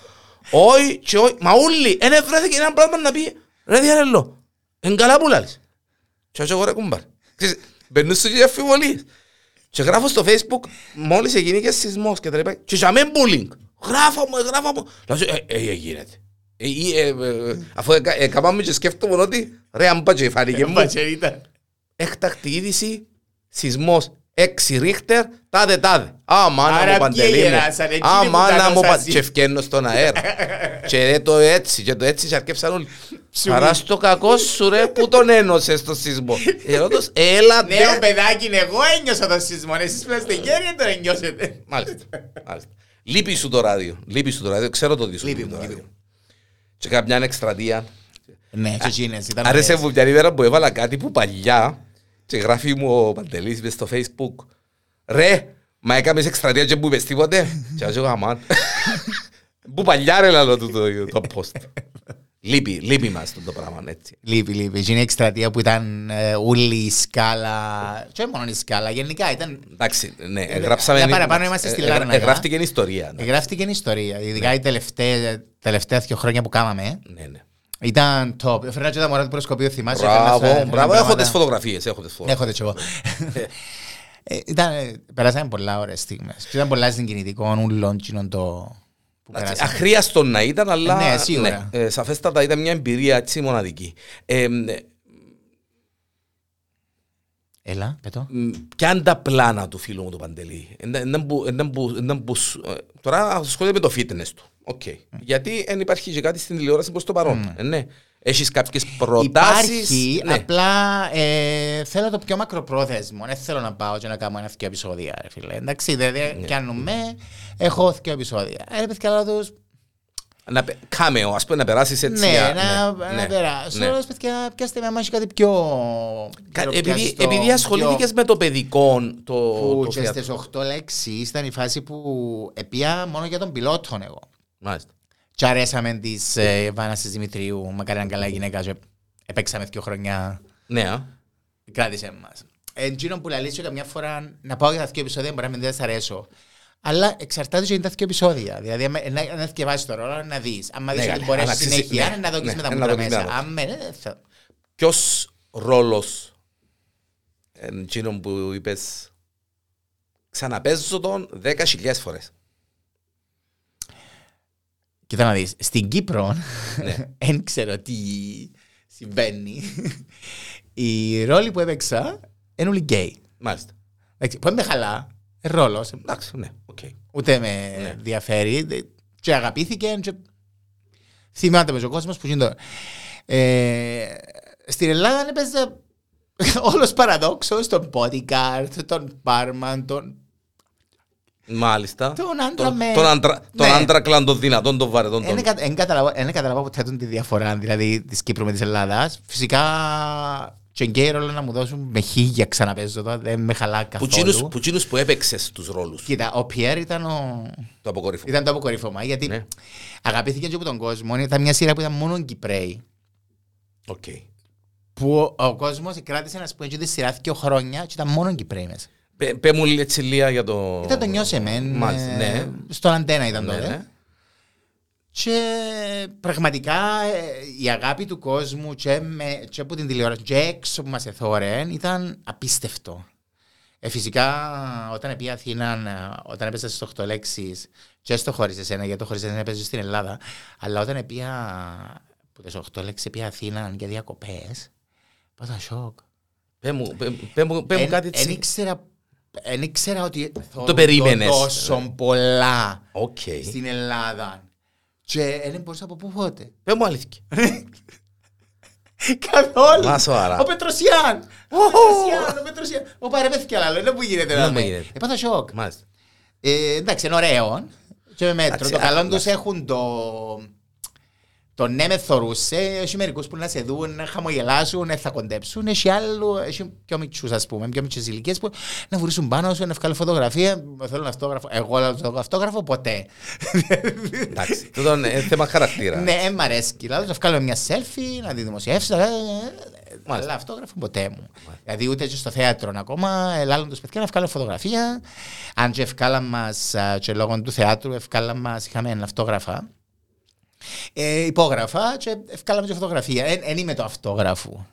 S1: Όχι και όχι, μα όλοι, εν έβρεθηκε ένα πράγμα να πει, ρε διαρελό, εν καλά που λάλλεις. Και όχι εγώ ρε κουμπάρ. Τις- Μπαίνουν σου και αφιβολίες. Και γράφω στο facebook, μόλις έγινε και σεισμός και τα λοιπά, και για μένα bullying. Γράφω μου, γράφω μου. Λέω, σου, ε, ε, ε, γίνεται. Ε, ή, ε, ε, Αφού εκα- εκαμάμαι και σκέφτομαι ότι, ρε, αν πάει και
S2: Ε,
S1: φάνηκε μου. Έκτακτη είδηση, σεισμός, έξι ρίχτερ, τάδε τάδε. Α, μάνα
S2: Άρα
S1: μου
S2: ποιοι
S1: παντελή
S2: γεράσαν,
S1: μου.
S2: εκείνοι
S1: Α,
S2: που
S1: μάνα
S2: τα
S1: μου
S2: νοσάζει.
S1: παντελή Και ευκαινώ στον
S2: *laughs*
S1: αέρα. Και το έτσι, και το έτσι και αρκέψαν όλοι.
S2: Ψουμί.
S1: Παρά στο κακό σου ρε, που τον ένωσες στο σεισμό. Ερώτος, έλα
S2: Νέο
S1: ντε.
S2: παιδάκι είναι, εγώ ένιωσα το σεισμό. Εσείς πλάστε χέρια τώρα νιώσετε.
S1: Μάλιστα, μάλιστα. Λείπει σου το ράδιο, λείπει σου το ράδιο, ξέρω το ότι σου
S2: Λείπει
S1: λείπει
S2: μου,
S1: το
S2: λείπει
S1: ράδιο. Και καμιά εκστρατεία.
S2: Ναι, και εκείνες ήταν.
S1: Άρεσε μου μια ημέρα που έβαλα κάτι που παλιά και γράφει μου ο Παντελής μες στο facebook «Ρε, μα έκαμες εκστρατεία και μου είπες τίποτε» και άζω
S2: *laughs*
S1: γαμάν. Που παλιά ρε λαλό του το, το post. λείπει, λείπει μας το, το πράγμα έτσι.
S2: Λείπει, λείπει. Εκείνη η εκστρατεία που ήταν ε, όλη η σκάλα. Και μόνο η σκάλα, γενικά ήταν.
S1: Εντάξει, ναι, γράψαμε...
S2: Ε, για παραπάνω είμαστε στη Ε,
S1: ε, ε,
S2: Λάρνακα.
S1: ε, Γράφτηκε η ιστορία. ναι.
S2: Γράφτηκε η ιστορία, ειδικά οι τελευταίε- τελευταία δύο χρόνια που κάναμε.
S1: Ναι, ναι.
S2: Ήταν top. Φέρνα και τα μωρά του προσκοπείου, θυμάσαι. έφερνα
S1: Μπράβο,
S2: στα-
S1: μπράβο.
S2: πράγματα.
S1: Έχω τις φωτογραφίες, έχω τις φωτογραφίες.
S2: Έχω τέτοιο εγώ. Ε, ήταν, ε, Περάσαμε πολλά ωραίες στιγμές. Και ήταν πολλά συγκινητικό ούλων κοινων το που
S1: Εντάξει,
S2: περάσαμε.
S1: Αχρίαστο να ήταν, αλλά.
S2: Ναι, σίγουρα.
S1: ναι, ε, σαφέστατα ήταν μια εμπειρία έτσι μοναδική. Ε, ε,
S2: Έλα, πετώ.
S1: Μ, Ποια είναι τα πλάνα του φίλου μου του Παντελή. Ε, να- να μπου- ε, να μπου- ε, να μπου- ε, Τώρα ασχολείται με το fitness του. Οκ.
S2: Ε.
S1: Γιατί δεν υπάρχει και κάτι στην τηλεόραση προς το παρόν. Ε, Ναι. Έχεις κάποιες προτάσεις.
S2: Υπάρχει,
S1: Ναι.
S2: απλά ε, θέλω το πιο μακροπρόθεσμο. Δεν θέλω να πάω και να κάνω ένα δύο επεισόδια, ρε φίλε. Εντάξει, δηλαδή,
S1: Ναι.
S2: κάνουμε, έχω δύο επεισόδια. Ε, ρε παιδιά, λέω τους,
S1: Να πε- κάμεο, ας πούμε, να περάσεις έτσι.
S2: ναι,
S1: μια-
S2: να,
S1: ναι,
S2: να
S1: ναι,
S2: περάσω.
S1: ναι.
S2: Λέω, «Ρε παιδιά, πιάστε με άμα έχει κάτι πιο...
S1: Κα-
S2: πιο
S1: Επειδή,
S2: πιαστό,
S1: επειδή
S2: πιο-
S1: ασχολήθηκες με το παιδικό, το,
S2: που
S1: το
S2: και
S1: θεατρο-
S2: στις 8 λέξεις ήταν η φάση που επία μόνο για τον πιλότον εγώ.
S1: Μάλιστα.
S2: Και αρέσαμε της ε, Βάνας της Δημητρίου, μακάρι να είναι καλά η γυναίκα και επέξαμε δύο χρόνια,
S1: Ναι, α.
S2: κράτησε μας. Εντζήνων που λαλήσω καμιά φορά να πάω για τα δύο επεισόδια μπορεί να μην δεν σ' αρέσω. Αλλά εξαρτάται και είναι τα δύο επεισόδια. Δηλαδή, άμα- να, να διαβάσεις το ρόλο, να δεις. Αν
S1: Ναι,
S2: δεις ότι
S1: καλά,
S2: μπορέσεις
S1: αλλά αξίζει-
S2: συνέχεια,
S1: ναι,
S2: να δοκίσεις
S1: ναι,
S2: με τα
S1: να
S2: μούτρα
S1: δοκίσεις
S2: μέσα.
S1: να
S2: Αν με, ναι, δεν θα.
S1: Ποιος ρόλος εν εκείνον που είπες ξαναπέζω τον 10.000 φορές.
S2: Κοίτα να δεις, στην Κύπρο,
S1: Ναι.
S2: *laughs* δεν ξέρω τι συμβαίνει, οι ρόλοι που έπαιξα είναι όλοι γκέι.
S1: Μάλιστα.
S2: Εντάξει, Που είμαι χαλά, ρόλος,
S1: Εντάξει, ναι, οκ.
S2: ούτε με
S1: Ναι.
S2: ενδιαφέρει. δε- Και αγαπήθηκε, και θυμάται με ο κόσμος που γίνεται. Ε, στην Ελλάδα έπαιζε *laughs* όλος παραδόξος, τον bodyguard, τον barman, τον
S1: Μάλιστα.
S2: Τον άντρα με-
S1: Τον άντρα, τον
S2: Ναι.
S1: άντρα κλάντο δυνατόν, τον βαρετόν. Τον...
S2: Δεν καταλαβαίνω ποτέ τον τη διαφορά δηλαδή της Κύπρου με της Ελλάδας. Φυσικά και γκέι ρόλο να μου δώσουν με χίλια ξαναπέζω το, δεν με χαλά
S1: Που τσίνους-
S2: καθόλου.
S1: Που τσίνους που έπαιξες τους ρόλους,
S2: Κοίτα, ο Πιέρ ήταν, ο...
S1: το αποκορύφω.
S2: ήταν το αποκορύφωμα γιατί
S1: Ναι.
S2: αγαπήθηκε και από τον κόσμο. Ήταν μια σειρά που ήταν μόνο Κυπρέοι.
S1: Οκ.
S2: Που ο, ο κόσμος κράτησε να σπουδάσει τη σειρά δύο χρόνια και ήταν μόνο Κυπρέοι μέσα.
S1: Πε- Πε μου έτσι λίγα για το...
S2: Ήταν το νιώσεμε.
S1: Μάλιστα,
S2: ε,
S1: ναι.
S2: Στον αντένα ήταν
S1: Ναι,
S2: τότε.
S1: ναι.
S2: Και πραγματικά ε, η αγάπη του κόσμου και, με, και από την τηλεόραση και έξω που μας εθώρεν ήταν απίστευτο. Ε, φυσικά όταν πήγα Αθήνα, ε, όταν έπαιζα στις 8 λέξεις και στο χωρίς εσένα, γιατί το χωρίς εσένα έπαιζε στην Ελλάδα, αλλά όταν πήγα που τις 8 λέξεις πήγα Αθήνα για διακοπές, πάτα σοκ.
S1: Πε μου- πε- πε μου- πε μου
S2: Εν-
S1: κάτι
S2: εν
S1: έτσι.
S2: ήξερα- Εν ήξερα ότι θα
S1: περίμενες.
S2: τόσο πολλά
S1: Οκ.
S2: στην Ελλάδα. Και δεν μπορούσα από πού πότε.
S1: Πες μου αλήθεια.
S2: *laughs* Καθόλου.
S1: Μα σοβαρά.
S2: Ο Πετροσιάν. Ο Πετροσιάν, ο Πετροσιάν. Ο παρεπέθηκε αλλά δεν που γίνεται.
S1: Δεν
S2: να
S1: μου
S2: με.
S1: γίνεται.
S2: Έπαθα σοκ.
S1: Μάλιστα.
S2: Ε, εντάξει, είναι ωραίο. Και με μέτρο.
S1: Εντάξει,
S2: Το
S1: α,
S2: καλό
S1: εντάξει.
S2: τους έχουν το. Το ναι με θωρούσε, έχει μερικούς που να σε δουν, να χαμογελάσουν, να θα κοντέψουν, έχει άλλου, έχει πιο μικρούς ας πούμε, πιο μικρές ηλικίες που να βουρήσουν πάνω σου, να βγάλουν φωτογραφία, θέλουν αυτόγραφο, εγώ λέω το αυτόγραφο ποτέ.
S1: Εντάξει. Τούτο είναι θέμα χαρακτήρα.
S2: Ναι, ε, μ' αρέσει. Δηλαδή, να βγάλω μια selfie, να τη δημοσιεύσω. ε, ε, ε, Αλλά αυτό γράφω ποτέ μου. Δηλαδή, ούτε και στο θέατρο ακόμα, ελάλλον τους παιδιά να βγάλω φωτογραφία. Αν και ευκάλα μας, και λόγω του θεάτρου, ευκάλα μας, είχαμε ένα αυτόγραφα. Ε, υπόγραφα και ευκάλαμε και φωτογραφία. Δεν είμαι το αυτόγραφο.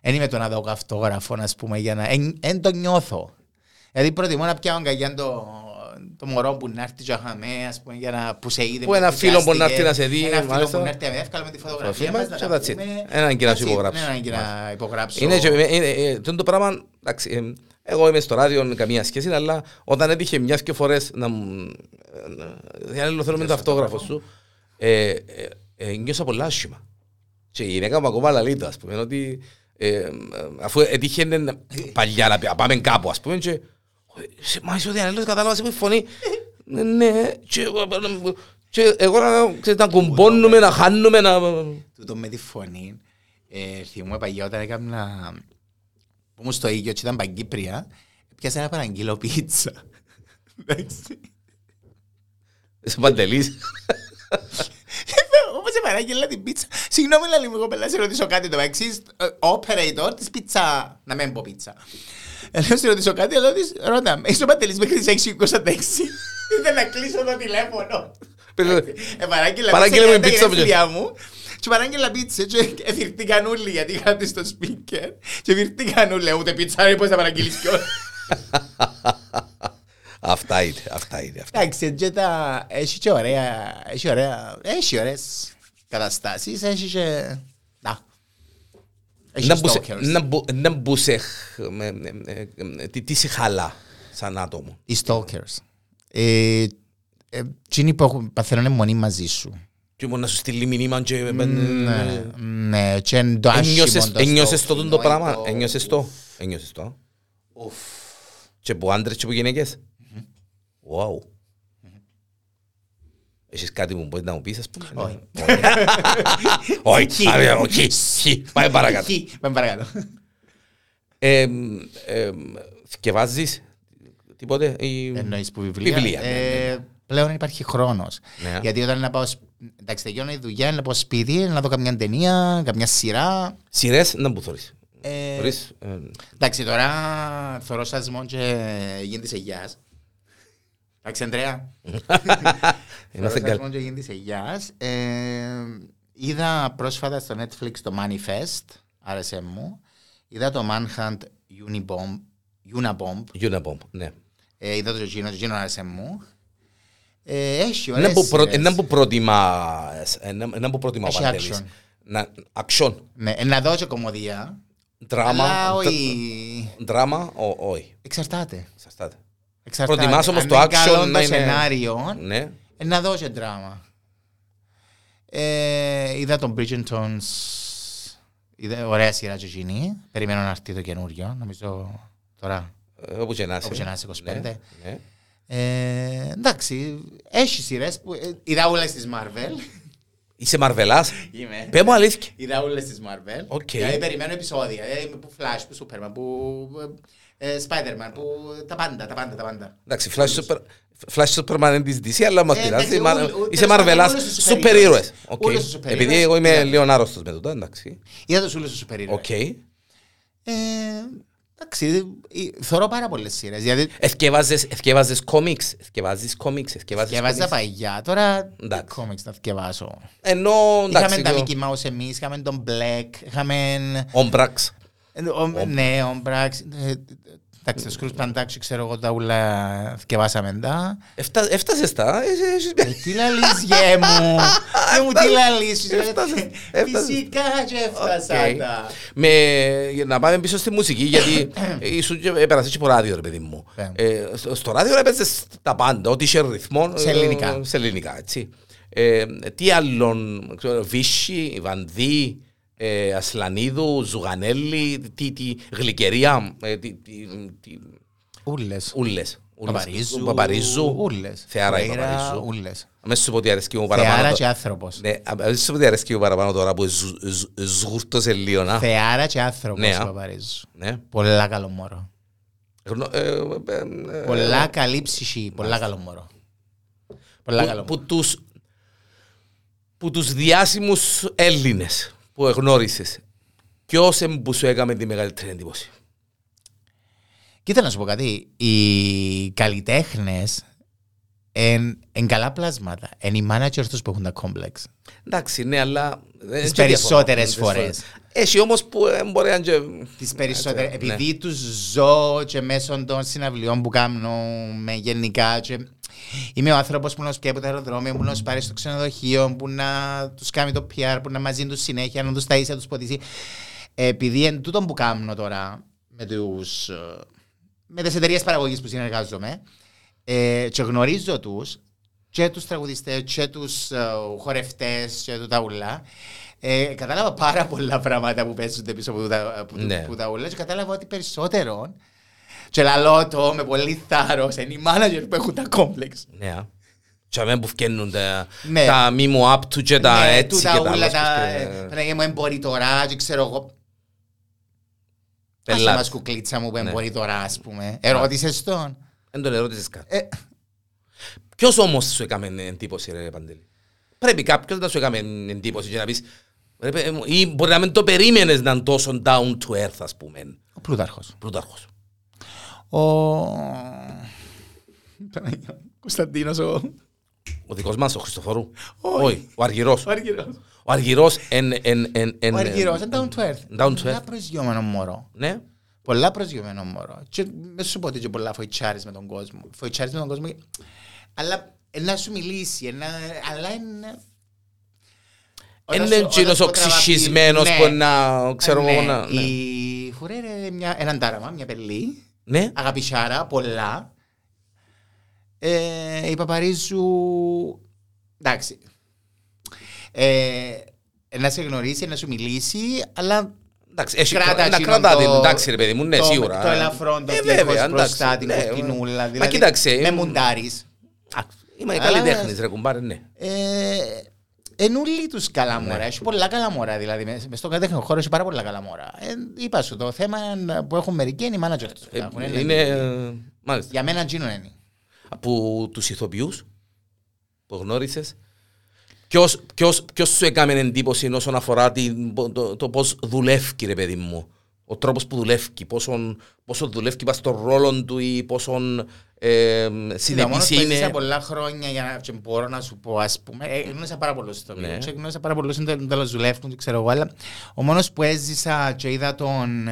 S2: Δεν είμαι το να δω καυτόγραφο, ας πούμε, για να. Δεν το νιώθω. Δηλαδή προτιμώ να πιάω αγκαλιά το, το μωρό που να έρθει και χαμέ, ας πούμε, για να που σε είδε.
S1: Που ένα φίλο που να έρθει να σε δει,
S2: Ένα φίλο
S1: μάλιστα.
S2: που να έρθει να με εύκολα με τη
S1: Φωτογραφία
S2: φωτογραφία μας,
S1: μας και
S2: να τα
S1: that's it.
S2: πούμε.
S1: Έναν και να
S2: That's
S1: σου
S2: it. Ναι,
S1: υπογράψω.
S2: Έναν και να υπογράψω.
S1: Είναι, και- είναι, ε, ε, τούτο το πράγμα, εντάξει, ε, εγώ είμαι στο ράδιο καμία σχέση, αλλά όταν έτυχε μιας και φορές να μου. ε, Διάλεγε, θέλω με το αυτόγραφο σου, ε, ε, ε, νιώσα πολλά άσχημα. Και η γυναίκα μου ακόμα λαλείται, ας πούμε, ότι ε, ε, αφού έτυχε παλιά να πει, «Α, πάμε κάπου, ας πούμε, και. ε, «Σε- Μα είσαι ο Διανέλος, κατάλαβα σε που φωνή. «Ναι, Ναι, και, ε, ε, και εγώ να, ξέρεις, να κουμπώνουμε, να χάνουμε, να.
S2: τούτο με τη φωνή. Ε, θυμούμαι παλιά όταν έκανα. που ήμουν στο ίδιο, και ήταν παγκύπρια, πιάσα ένα παραγγείλω πίτσα. Εντάξει.
S1: Σε παντελείς.
S2: Όπω σε παράγγειλα την πίτσα. Συγγνώμη, αλλά λίγο κοπέλα, σε ρωτήσω κάτι το εξή. Operator της πίτσα. Να μην πω πίτσα. Ε, Λέω, σε ρωτήσω κάτι, αλλά της- ρώτα. με, Είσαι παντελή μέχρι τις 6.26. *laughs* Δεν να κλείσω το τηλέφωνο. Ε, παράγγειλα
S1: Παράγγειλε
S2: πίτσα
S1: μου πίτσα μου.
S2: για τα γενέθλιά μου. Και παράγγειλα πίτσα και εθυρτήκαν όλοι γιατί είχα τη στο speaker. Και εθυρτήκαν όλοι. Ούτε πίτσα, ρε, πώς θα παραγγείλεις κιόλας.
S1: Αυτά είναι, αυτά είναι. Αυτά.
S2: *laughs* Εντάξει, και τα... Έχει και ωραία... Έχει ωραία... Έχει ωραίες καταστάσεις, έχεις και... Να. Έχεις
S1: Να μπου σε-
S2: stalkers.
S1: να μπου- Να μπου σε... χ- με- με- με- με- Τι τι σε χαλά σαν άτομο.
S2: Οι stalkers. Ε, ε, Τσινοί που έχουν- παθαίνουν μονή μαζί σου.
S1: Και μόνο να σου στείλει μηνύμα και... Ε,
S2: Ναι, ναι, και είναι το άσχημο το
S1: Ένιωσες το
S2: stalking,
S1: τούτο πράγμα.
S2: το-
S1: Ένιωσες το. Ένιωσες το. Και που άντρες και που γυναίκες. Wow. Έχεις κάτι που μπορείς να μου πεις, ας πούμε.
S2: Όχι. *laughs*
S1: Όχι. Όχι. Άρα, Όχι. Χι. Πάμε παρακάτω.
S2: Χι, Πάμε παρακάτω.
S1: Εμ, εμ, Θκευάζεις τίποτε ή...
S2: Εννοείς που βιβλία.
S1: Βιβλία, ναι,
S2: Ε, Πλέον υπάρχει χρόνος.
S1: Ναι.
S2: Γιατί όταν να πάω. σπ- Εντάξει, τελειώνω η δουλειά, να πάω σπίτι, να δω καμιά ταινία, καμιά σειρά.
S1: Σειρές να μου θωρείς.
S2: Ε,
S1: Θωρείς, ε,
S2: εντάξει, τώρα θωρώ σασμό και γίνεται σε γιάς. Εντάξει, Αντρέα.
S1: Ε, Είμαστε
S2: Θωρώ
S1: καλ...
S2: σασμό και γίνεται σε γιάς. Ε, είδα πρόσφατα στο Netflix το Manifest, άρεσε μου. Είδα το Manhunt Unibomb, Unabomb.
S1: Unabomb, ναι.
S2: Ε, είδα το Gino, το Gino άρεσε μου. Ε, έχει ωραίες
S1: Ένα που, προ...
S2: σειρές.
S1: ένα που προτιμάς, ένα, ένα που προτιμά ο
S2: Έχει
S1: Παντελής.
S2: action.
S1: Να, action,
S2: Ναι, ε, να δω και κομμωδία.
S1: δράμα,
S2: Αλλά
S1: δ-
S2: όχι.
S1: δράμα, ο- όχι,
S2: Εξαρτάται.
S1: εξαρτάται.
S2: Εξαρτάται.
S1: Προτιμάς όμως
S2: Αν
S1: το
S2: είναι
S1: action
S2: καλό
S1: να
S2: το
S1: είναι-
S2: σενάριο,
S1: Ναι,
S2: ε, να δω και δράμα. Ε, είδα τον Bridgerton's. Είδα, ωραία σειρά και εκείνη. Περιμένω να έρθει το καινούριο. Νομίζω τώρα.
S1: ε, όπου και να είσαι.
S2: Όπου και να είσαι, 25.
S1: Ναι, ναι.
S2: Ε, εντάξει, έχει σειρές που. ε, είδα όλες τις Marvel. *laughs*
S1: Είσαι μαρβελάς,
S2: Είμαι.
S1: πέ μου αλήθεια.
S2: Είδα όλες τις Marvel.
S1: Οκ.
S2: Δηλαδή περιμένω επεισόδια. Ε, που Flash, που Superman, που ε, Spider-Man, που τα πάντα, τα πάντα, τα πάντα.
S1: Εντάξει, Flash Super... Flash Superman είναι της DC, αλλά μας
S2: Ε,
S1: πειράζει.
S2: εντάξει,
S1: μα-
S2: όλ- όλ-
S1: Είσαι
S2: τέλος πάντων,
S1: μαρβελάς,
S2: όλους τους
S1: σούπερ ήρωες.
S2: superhéroes. Όλους τους superhéroes.
S1: Επειδή εγώ είμαι
S2: Είδα-
S1: λίγο άρρωστος με τούτα, εντάξει.
S2: Είδα τους ούλους τους σούπερ ήρωες.
S1: Οκ.
S2: Ε, εντάξει, ε, θωρώ πάρα πολλές σειρές. Δηλαδή,
S1: Εθκεύαζες εθκεύαζες κόμιξς, εθκεύαζεις κόμιξς, εθκεύαζες
S2: διαβάζα
S1: κόμιξς.
S2: παγιά, τώρα
S1: Εντάξει.
S2: κόμιξ να διαβάσω.
S1: Ενώ, εντάξει,
S2: Είχαμε τα
S1: εγώ-
S2: Mickey Mouse εμείς, είχαμε τον Black, είχαμε...
S1: Όμπραξ.
S2: ε, ο- Ναι, ο Μπράξ. ε, Εντάξει, το Scrooge Παντάξι, ξέρω εγώ τα ούλα διαβάσαμε τα.
S1: Έφτα- Έφτασες τα. ε, ε, ε,
S2: Ε, Τι λαλείς, γε μου! Δεν μου τι λαλείς!
S1: Έφτασες, έφτασες.
S2: Φυσικά και έφτασα
S1: Οκ.
S2: τα.
S1: Με, για να πάμε πίσω στη μουσική,
S2: *coughs*
S1: γιατί ήσουν και έπαιρασες και από ράδιο, ρε παιδί μου.
S2: Ναι.
S1: Ε, στο- στο ράδιο έπαιζες τα πάντα, ό,τι είχε ρυθμό.
S2: Σε
S1: ε,
S2: ελληνικά.
S1: σε ελληνικά, έτσι. Ε, τι άλλον, ξέρω, Βύση, Βανδύ, ε, Ασλανίδου, Ζουγανέλη, τι, τι, Γλυκερία, ε, τι, τι, τι,
S2: Ούλες.
S1: ούλες. Ούλες.
S2: Παπαρίζου.
S1: Παπαρίζου.
S2: Ούλες.
S1: Θεάρα η
S2: Φουρέιρα,
S1: Παπαρίζου.
S2: Ούλες.
S1: Αμέσως σου πω ότι αρέσκει μου παραπάνω.
S2: Θεάρα
S1: το-
S2: και άνθρωπος.
S1: Ναι, αμέσως σου πω ότι αρέσκει μου παραπάνω τώρα που ζου- ζου- σγούρτωσε λίγο, να.
S2: Θεάρα και άνθρωπος
S1: Ναι,
S2: ο
S1: α.
S2: Παπαρίζου.
S1: Ναι.
S2: Πολλά καλό μωρό.
S1: Γνω- ε, ε, ε, ε,
S2: Πολλά καλή ψυχή. Πολλά καλό μωρό. Πολλά
S1: που-
S2: καλό μωρό.
S1: Που τους, που τους διάσημους Έλληνες που εγνώρισες, ποιος εν που σου έκαμε τη μεγαλύτερη εντύπωση.
S2: Κοίτα να σου πω κάτι. Οι καλλιτέχνες είναι καλά πλάσματα. Είναι οι managers τους που έχουν τα κόμπλεξ.
S1: Εντάξει, ναι, αλλά... ε,
S2: Τις
S1: και διαφωνώ.
S2: περισσότερες
S1: Τις
S2: φορές.
S1: Έχει όμως που ε, μπορεί να. και-
S2: Τις περισσότερες,
S1: Ναι.
S2: επειδή τους ζω και μέσω των συναυλιών που κάνουμε γενικά και είμαι ο άνθρωπος που να τους πιάει από τα αεροδρόμια, που να τους πάρει στο ξενοδοχείο, που να τους κάνει το PR, που να μαζί τους συνέχεια, να τους ταΐσει, να τους ποτίσει. Επειδή εν τούτον που κάνω τώρα με, τους, ε, με τις εταιρείες παραγωγής που συνεργάζομαι ε, και γνωρίζω τους και τους τραγουδιστές και τους ε, χορευτές και του ταουλά ε, κατάλαβα πάρα πολλά πράγματα που παίζονται πίσω από, τούτα- από του-
S1: Ναι.
S2: που τα ουλά και κατάλαβα ότι περισσότερον και λαλώ το με πολύ θάρρος είναι οι μάνατζερ που έχουν τα κόμπλεξ
S1: Ναι. α. Τι αμέ που φτιάχνουν τα,
S2: Ναι.
S1: τα μήμου απ του και τα
S2: Ναι,
S1: έτσι και
S2: τούτα
S1: τα
S2: ούλα
S1: άλλα.
S2: τα
S1: σκέφτε,
S2: ε, Παναγία μου εμπορεί τώρα και ξέρω εγώ Άσε
S1: πελάτη.
S2: μας κουκλίτσα μου που
S1: Ναι.
S2: εμπορεί τώρα ας πούμε Ερώτησες τον
S1: Δεν τον ερώτησες κάτι.
S2: Ε,
S1: Ποιος όμως σου έκαμε εντύπωση ρε Παντελή. Πρέπει κάποιος να σου έκαμε εντύπωση και να πεις ρε, παι- μου, ή μπορεί να μην το περίμενες να είναι τόσο down to earth ας πούμε.
S2: Ο Πλούταρχος
S1: Πλούταρχος.
S2: Ο Παναγία μου, Κωνσταντίνος ο
S1: Ο δικός μας ο Χριστοφορού.
S2: Όχι.
S1: Όχι. Ο Αργυρός.
S2: ο Αργυρός
S1: Ο Αργυρός εν... εν, εν, εν
S2: Ο Αργυρός είναι down to earth
S1: Down to
S2: Πολλά
S1: earth.
S2: προσγειωμένο μωρό
S1: Ναι.
S2: Πολλά προσγειωμένο μωρό. Και μέσα σου πω ότι και πολλά φοητσάρες με τον κόσμο. Φοητσάρες με τον κόσμο. Αλλά ε, να σου μιλήσει, ε, να, αλλά είναι... Όταν
S1: Είναι
S2: σου- όταν
S1: εκείνος
S2: σου
S1: ο
S2: πω τραγαπή-
S1: ξυχισμένος
S2: Ναι.
S1: που να ξέρω
S2: Ναι.
S1: εγώ να... ναι.
S2: Η Φουρέ είναι μια, έναν τάραμα, μια πελή,
S1: Ναι.
S2: αγαπησάρα, πολλά. Ε, η Παπαρίζου... Εντάξει. Ε, να σε γνωρίσει, να σου μιλήσει, αλλά
S1: Εντάξει, έχει
S2: Κράτα
S1: κράτα, να
S2: εκείνον
S1: κρατά
S2: το-
S1: την, εντάξει ρε παιδί μου, ναι,
S2: το-
S1: σίγουρα.
S2: Το
S1: ε.
S2: ελαφρόν, το
S1: Ε,
S2: τείχος
S1: βέβαια,
S2: μπροστά,
S1: εντάξει,
S2: την
S1: ναι,
S2: κουρτινούλα.
S1: μα
S2: δηλαδή,
S1: κοίταξε,
S2: Με
S1: ε,
S2: μουντάρεις.
S1: Α, Είμαι
S2: Αλλά-
S1: καλλιτέχνης ρε κουμπάρε, ναι.
S2: Ε, Εν ούλοι τους καλά μωρά. Έχει πολλά καλά μωρά. Δηλαδή, μες μες στον κατέχνο χώρο έχει πάρα πολλά καλά μωρά. Ε, είπα σου, το θέμα που έχουν μερικοί είναι οι manager τους.
S1: Ε,
S2: Έχουν, είναι-
S1: Είναι, ε, μάλιστα,
S2: Για μένα τζίνο είναι.
S1: από τους ηθοποιούς που γνώρισες, ποιος, ποιος, ποιος σου έκαμε εντύπωση όσον αφορά την, το, το, το πώς δουλεύει ρε παιδί μου, ο τρόπος που δουλεύει, πόσο, πόσο δουλεύει πας στον ρόλο του ή πόσο ε,
S2: Κοίτα, μόνος
S1: συνεπής
S2: που έζησα
S1: είναι.
S2: πολλά χρόνια για να και μπορώ να σου πω, ας πούμε, ε, γνώρισα πάρα πολλούς στο
S1: Ναι.
S2: και γνώρισα πάρα πολλούς είναι το τέλος δουλεύουν και ξέρω εγώ, αλλά ο μόνος που έζησα και είδα τον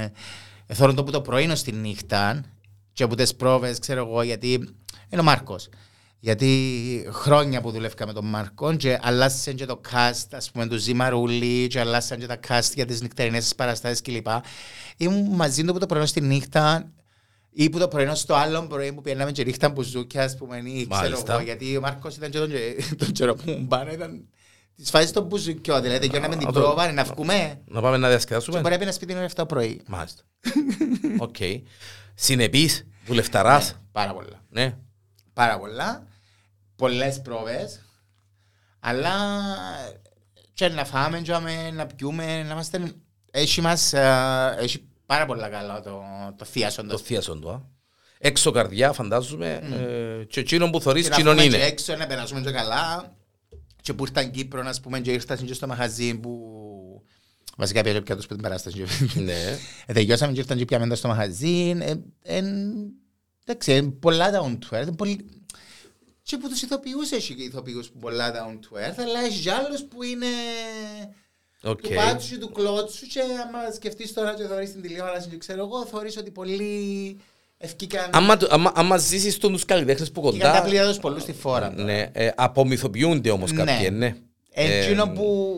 S2: εθόρον το που το πρωί ως τη νύχτα και από τις πρόβες, ξέρω εγώ, γιατί είναι ο Μάρκος. Γιατί χρόνια που δουλεύκα με τον Μάρκο και αλλάσαν και το cast, ας πούμε, του Ζημαρούλη και αλλάσαν και τα cast για τις νυχτερινές τις παραστάσεις κλπ. Ήμουν μαζί του από το πρωί στη νύχτα ή που το πρωινό στο άλλο πρωί που πιέναμε και ρίχταν μπουζούκια, ας πούμε, ή ξέρω
S1: Μάλιστα.
S2: εγώ, γιατί ο Μάρκος ήταν και τον, και- *laughs* τον καιρό που μου πάνε, ήταν της φάσης των μπουζουκιών, δηλαδή γιώναμε την
S1: Α, το-
S2: πρόβα, να βγούμε
S1: Να πάμε να
S2: και
S1: διασκεδάσουμε.
S2: μπορεί να πει να σπίτι είναι 7 πρωί.
S1: Μάλιστα. Οκ. Συνεπής, δουλευταράς.
S2: Πάρα πολλά.
S1: Ναι.
S2: πάρα πολλά, πολλές πρόβες, αλλά και να φάμε, και άμε, να πιούμε, να είμαστε... Έχει μας, ε, έχει πάρα πολλά καλά το, το
S1: Το
S2: θείασον
S1: θείασον του, α. Έξω καρδιά, φαντάζομαι. ε, και εκείνον που θωρείς,
S2: Και να
S1: εκείνον
S2: φάμε και
S1: είναι.
S2: έξω, να περάσουμε και καλά. Και που ήρθαν Κύπρο, να πούμε, και ήρθαν και στο μαγαζί που... Βασικά πια πια τους πριν παράσταση.
S1: Ναι.
S2: Ε, Τελειώσαμε και ήρθαν και πιάμε στο μαγαζί. Ε, εν, εντάξει, εν πολλά down to earth. εν Πολύ... Και που τους ηθοποιούς έχει και ηθοποιούς που πολλά down to earth, αλλά έχει και άλλους που είναι
S1: Οκ.
S2: του πάτσου και του κλώτσου και άμα σκεφτείς τώρα και θεωρείς την τηλεόραση και ξέρω εγώ, θεωρείς ότι πολλοί ευκήκαν
S1: Άμα, το- άμα, άμα ζήσεις τον τους καλλιτέχνες που
S2: και τα
S1: κοντά...
S2: πλήρω πολλούς στη φόρα.
S1: Ναι, ε, απομυθοποιούνται όμως
S2: Ναι.
S1: κάποιοι, ναι.
S2: Ε,
S1: Ε,
S2: Εκείνο που...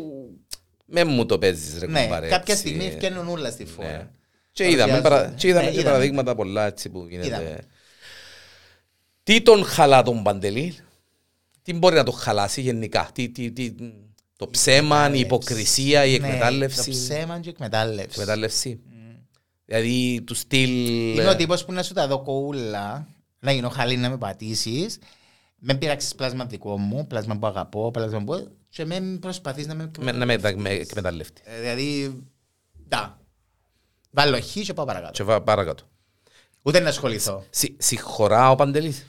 S1: Με μου το παίζεις ρε
S2: Ναι,
S1: κουμπάρε.
S2: κάποια
S1: έτσι.
S2: στιγμή ευκαινούν όλα στη
S1: Ναι.
S2: φόρα.
S1: Και είδαμε,
S2: Παρουσιάζονται.
S1: παρα, και είδαμε
S2: Ναι,
S1: και
S2: είδαμε.
S1: παραδείγματα πολλά έτσι που γίνεται.
S2: Είδαμε.
S1: Τι τον χαλά τον Παντελή, τι μπορεί να τον χαλάσει γενικά, τι, τι, τι, το ψέμα, η υποκρισία, η
S2: Ναι,
S1: εκμετάλλευση.
S2: Το ψέμα Mm. και η εκμετάλλευση.
S1: εκμετάλλευση. Δηλαδή του στυλ.
S2: Είμαι ο τύπος που να σου τα δω κοούλα, να γίνω χαλή να με πατήσεις, με πειράξεις πλάσμα δικό μου, πλάσμα που αγαπώ, πλάσμα που... και με προσπαθείς να με...
S1: με- Να με τα- με εκμεταλλευτεί.
S2: Ε, Δηλαδή, τα. Βάλω χ και πάω παρακάτω.
S1: Και βα- παρακάτω.
S2: Ούτε να ασχοληθώ.
S1: Συ- Συγχωρά ο Παντελής.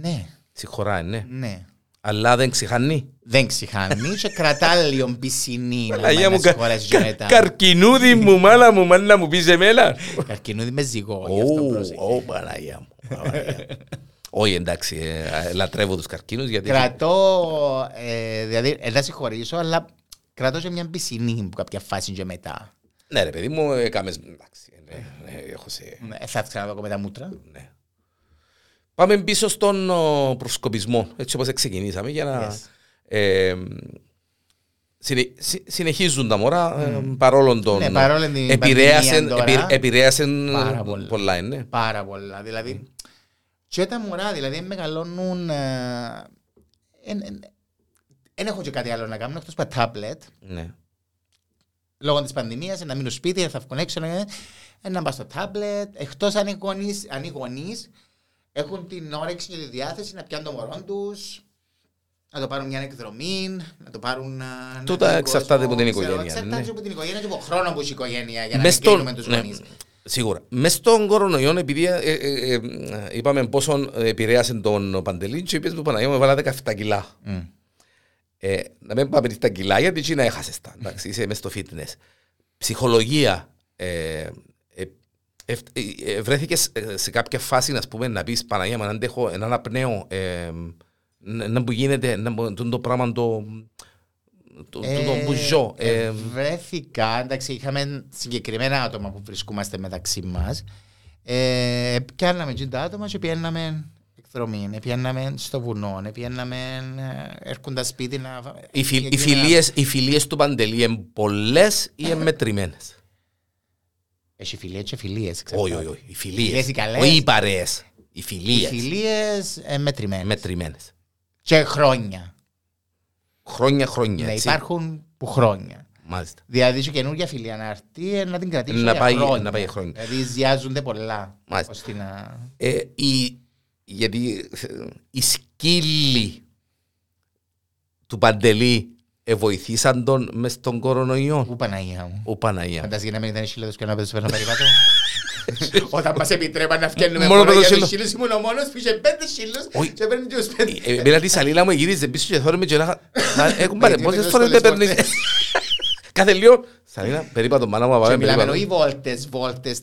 S2: Ναι,
S1: Συγχωρά, ε, ναι.
S2: ναι.
S1: Αλλά δεν ξεχάνει.
S2: Δεν ξηχάνει και κρατά λίγο πισινή να
S1: Αγία μου,
S2: με
S1: κα-
S2: σχολές και
S1: κα-
S2: μετά.
S1: καρκινούδι μου, μάλα μου, μάλα μου, πεις εμένα.
S2: Καρκινούδι με ζυγό, γι' αυτό πρόσεχε.
S1: Ω, ω, Παναγία μου. Παναγία μου. *laughs* Όχι, εντάξει, ε, ε, λατρεύω τους καρκίνους γιατί...
S2: Κρατώ, ε, δηλαδή, ε, να συγχωρήσω, αλλά κρατώ και μια πισινή που κάποια φάση και μετά.
S1: Ναι, ρε παιδί μου, έκαμες. Εντάξει, ναι, ναι, έχω σε.
S2: Ναι, Θα έρθει να δω με τα μούτρα.
S1: Ναι. Πάμε πίσω στον ο, προσκοπισμό, έτσι όπως ξεκινήσαμε, για να...
S2: Yes.
S1: ε, συνε- συ- συνεχίζουν τα μωρά ε, παρόλο τον...
S2: Ναι, παρόλο την
S1: επηρέασεν,
S2: πανδημία τώρα.
S1: επηρε- επηρέασεν
S2: Πάρα πολλά.
S1: πολλά, ε, ναι.
S2: Πάρα πολλά. Δηλαδή, και τα μωρά, δηλαδή, μεγαλώνουν... ε, εν- εν- Εν έχω και κάτι άλλο να κάνω, εκτός από τα τάμπλετ.
S1: ναι.
S2: Λόγω της πανδημίας, ε, να μείνω σπίτι, ε, θα βγω έξω, ε, ε, να πάω στο τάμπλετ. Εκτός αν οι γονείς, αν οι γονείς έχουν την όρεξη και τη διάθεση να πιάνουν το μωρό τους, να το πάρουν μια εκδρομή, να το πάρουν. ε, να-
S1: Τούτα
S2: να δουν
S1: εξαρτάται
S2: κόσμο,
S1: από την
S2: ξέρω,
S1: οικογένεια,
S2: Εξαρτάται
S1: ναι.
S2: από την οικογένεια και από τον χρόνο που έχει η οικογένεια για να
S1: Μες
S2: μην
S1: στον-
S2: κλείνουμε τους
S1: ναι,
S2: γονείς.
S1: Σίγουρα. Μες στον κορονοϊό, επειδή ε, ε, ε, ε, είπαμε πόσο επηρέασε τον Παντελή, και είπες του Παναγιώ με βάλα 17 κιλά.
S2: Μμ.
S1: Ε, να μην πάμε τα κιλά, γιατί εκεί να έχασες τα. Εντάξει, είσαι μες στο fitness. Ψυχολογία. Ε, ε, ευ- ε, ε, βρέθηκες ε, σε κάποια φάση να πούμε, να πεις Παναγία μου αν αντέχω έναν απνέο ε, ν- να που γίνεται να μου- τούτο το πράγμα το το,
S2: Ε,
S1: το που ζω ε,
S2: ε, βρέθηκα, εντάξει, είχαμε συγκεκριμένα άτομα που βρισκόμαστε μεταξύ μας. Ε, πιάνναμε τζιν τα άτομα και πιάνναμε εκδρομή, ε, πιάνναμε στο βουνό, ε, πιάνναμε ε, έρχοντα σπίτι να.
S1: οι, φι, οι,
S2: συγκεκριμένα-
S1: φιλίες, οι φιλίες του Παντελή είναι πολλές ή είναι μετρημένες
S2: Έχει φιλίε και φιλίε.
S1: όχι όχι όχι οι
S2: Φιλίες
S1: φιλίες
S2: οι καλές.
S1: όχι οι παρέες οι
S2: Οι
S1: φιλίες
S2: φιλίε ε, μετρημένες.
S1: μετρημένες
S2: Και χρόνια.
S1: χρόνια χρόνια
S2: Ναι,
S1: έτσι.
S2: υπάρχουν που χρόνια.
S1: μάλιστα
S2: Δηλαδή, σου καινούργια φιλία να έρθει, ε, να την κρατήσεις.
S1: Να
S2: για
S1: πάει-
S2: χρόνια.
S1: να πάει χρόνια.
S2: Δηλαδή, ζιάζονται πολλά.
S1: Μάλιστα.
S2: ώστε να.
S1: Ε, η, γιατί ε, οι σκύλοι του Παντελή εβοηθήσαν τον μες στον κορονοϊό.
S2: Πού Παναγία μου.
S1: Ο Παναγία.
S2: Φαντάζει να μην ήταν χιλιάδε και να πέσει ένα περίπατο. Όταν μας επιτρέπαν να φτιάχνουμε
S1: Μόνο
S2: μόνο
S1: πέτω
S2: για
S1: χείλο.
S2: του χίλιου, ήμουν ο μόνος που είχε πέντε χίλιου
S1: Όχι.
S2: και παίρνει του
S1: Ε,
S2: πέντε.
S1: Εμένα τη σαλίλα μου γύριζε πίσω και θόρυμε και λέγα «Μα, *laughs* Έχουν πάρει
S2: Γιατί με
S1: πόσες
S2: το
S1: φορές με
S2: σχολές
S1: παίρνεις *laughs* Κάθε λίγο Σαλίλα περίπατο μάνα μου να
S2: Και
S1: πάμε
S2: μιλάμε
S1: περίπατο
S2: όχι βόλτες, βόλτες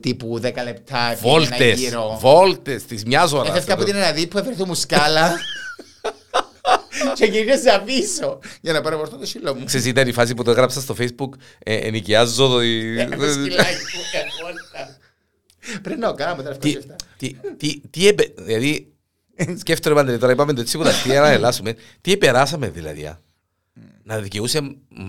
S2: τύπου 10 λεπτά.
S1: Βόλτες Βόλτες της μιας ώρας
S2: Έφευκα από την Ελλαδή που έφερε μου σκάλα. Και γύριζα πίσω για να παραμορφώ το σύλλο μου.
S1: Ξέρεις ήταν η φάση που το έγραψα στο facebook ε, Ενοικιάζω Ε, το
S2: Ένα σκυλάκι που καθόλου. Πρέπει να το κάνουμε τώρα
S1: Τι,
S2: 27.
S1: τι, τι, τι επε... Δηλαδή, σκέφτομαι πάντα, τώρα είπαμε το τσίπου τα αστεία να ελάσσουμε. Τι επεράσαμε δηλαδή, α? Να δικαιούσε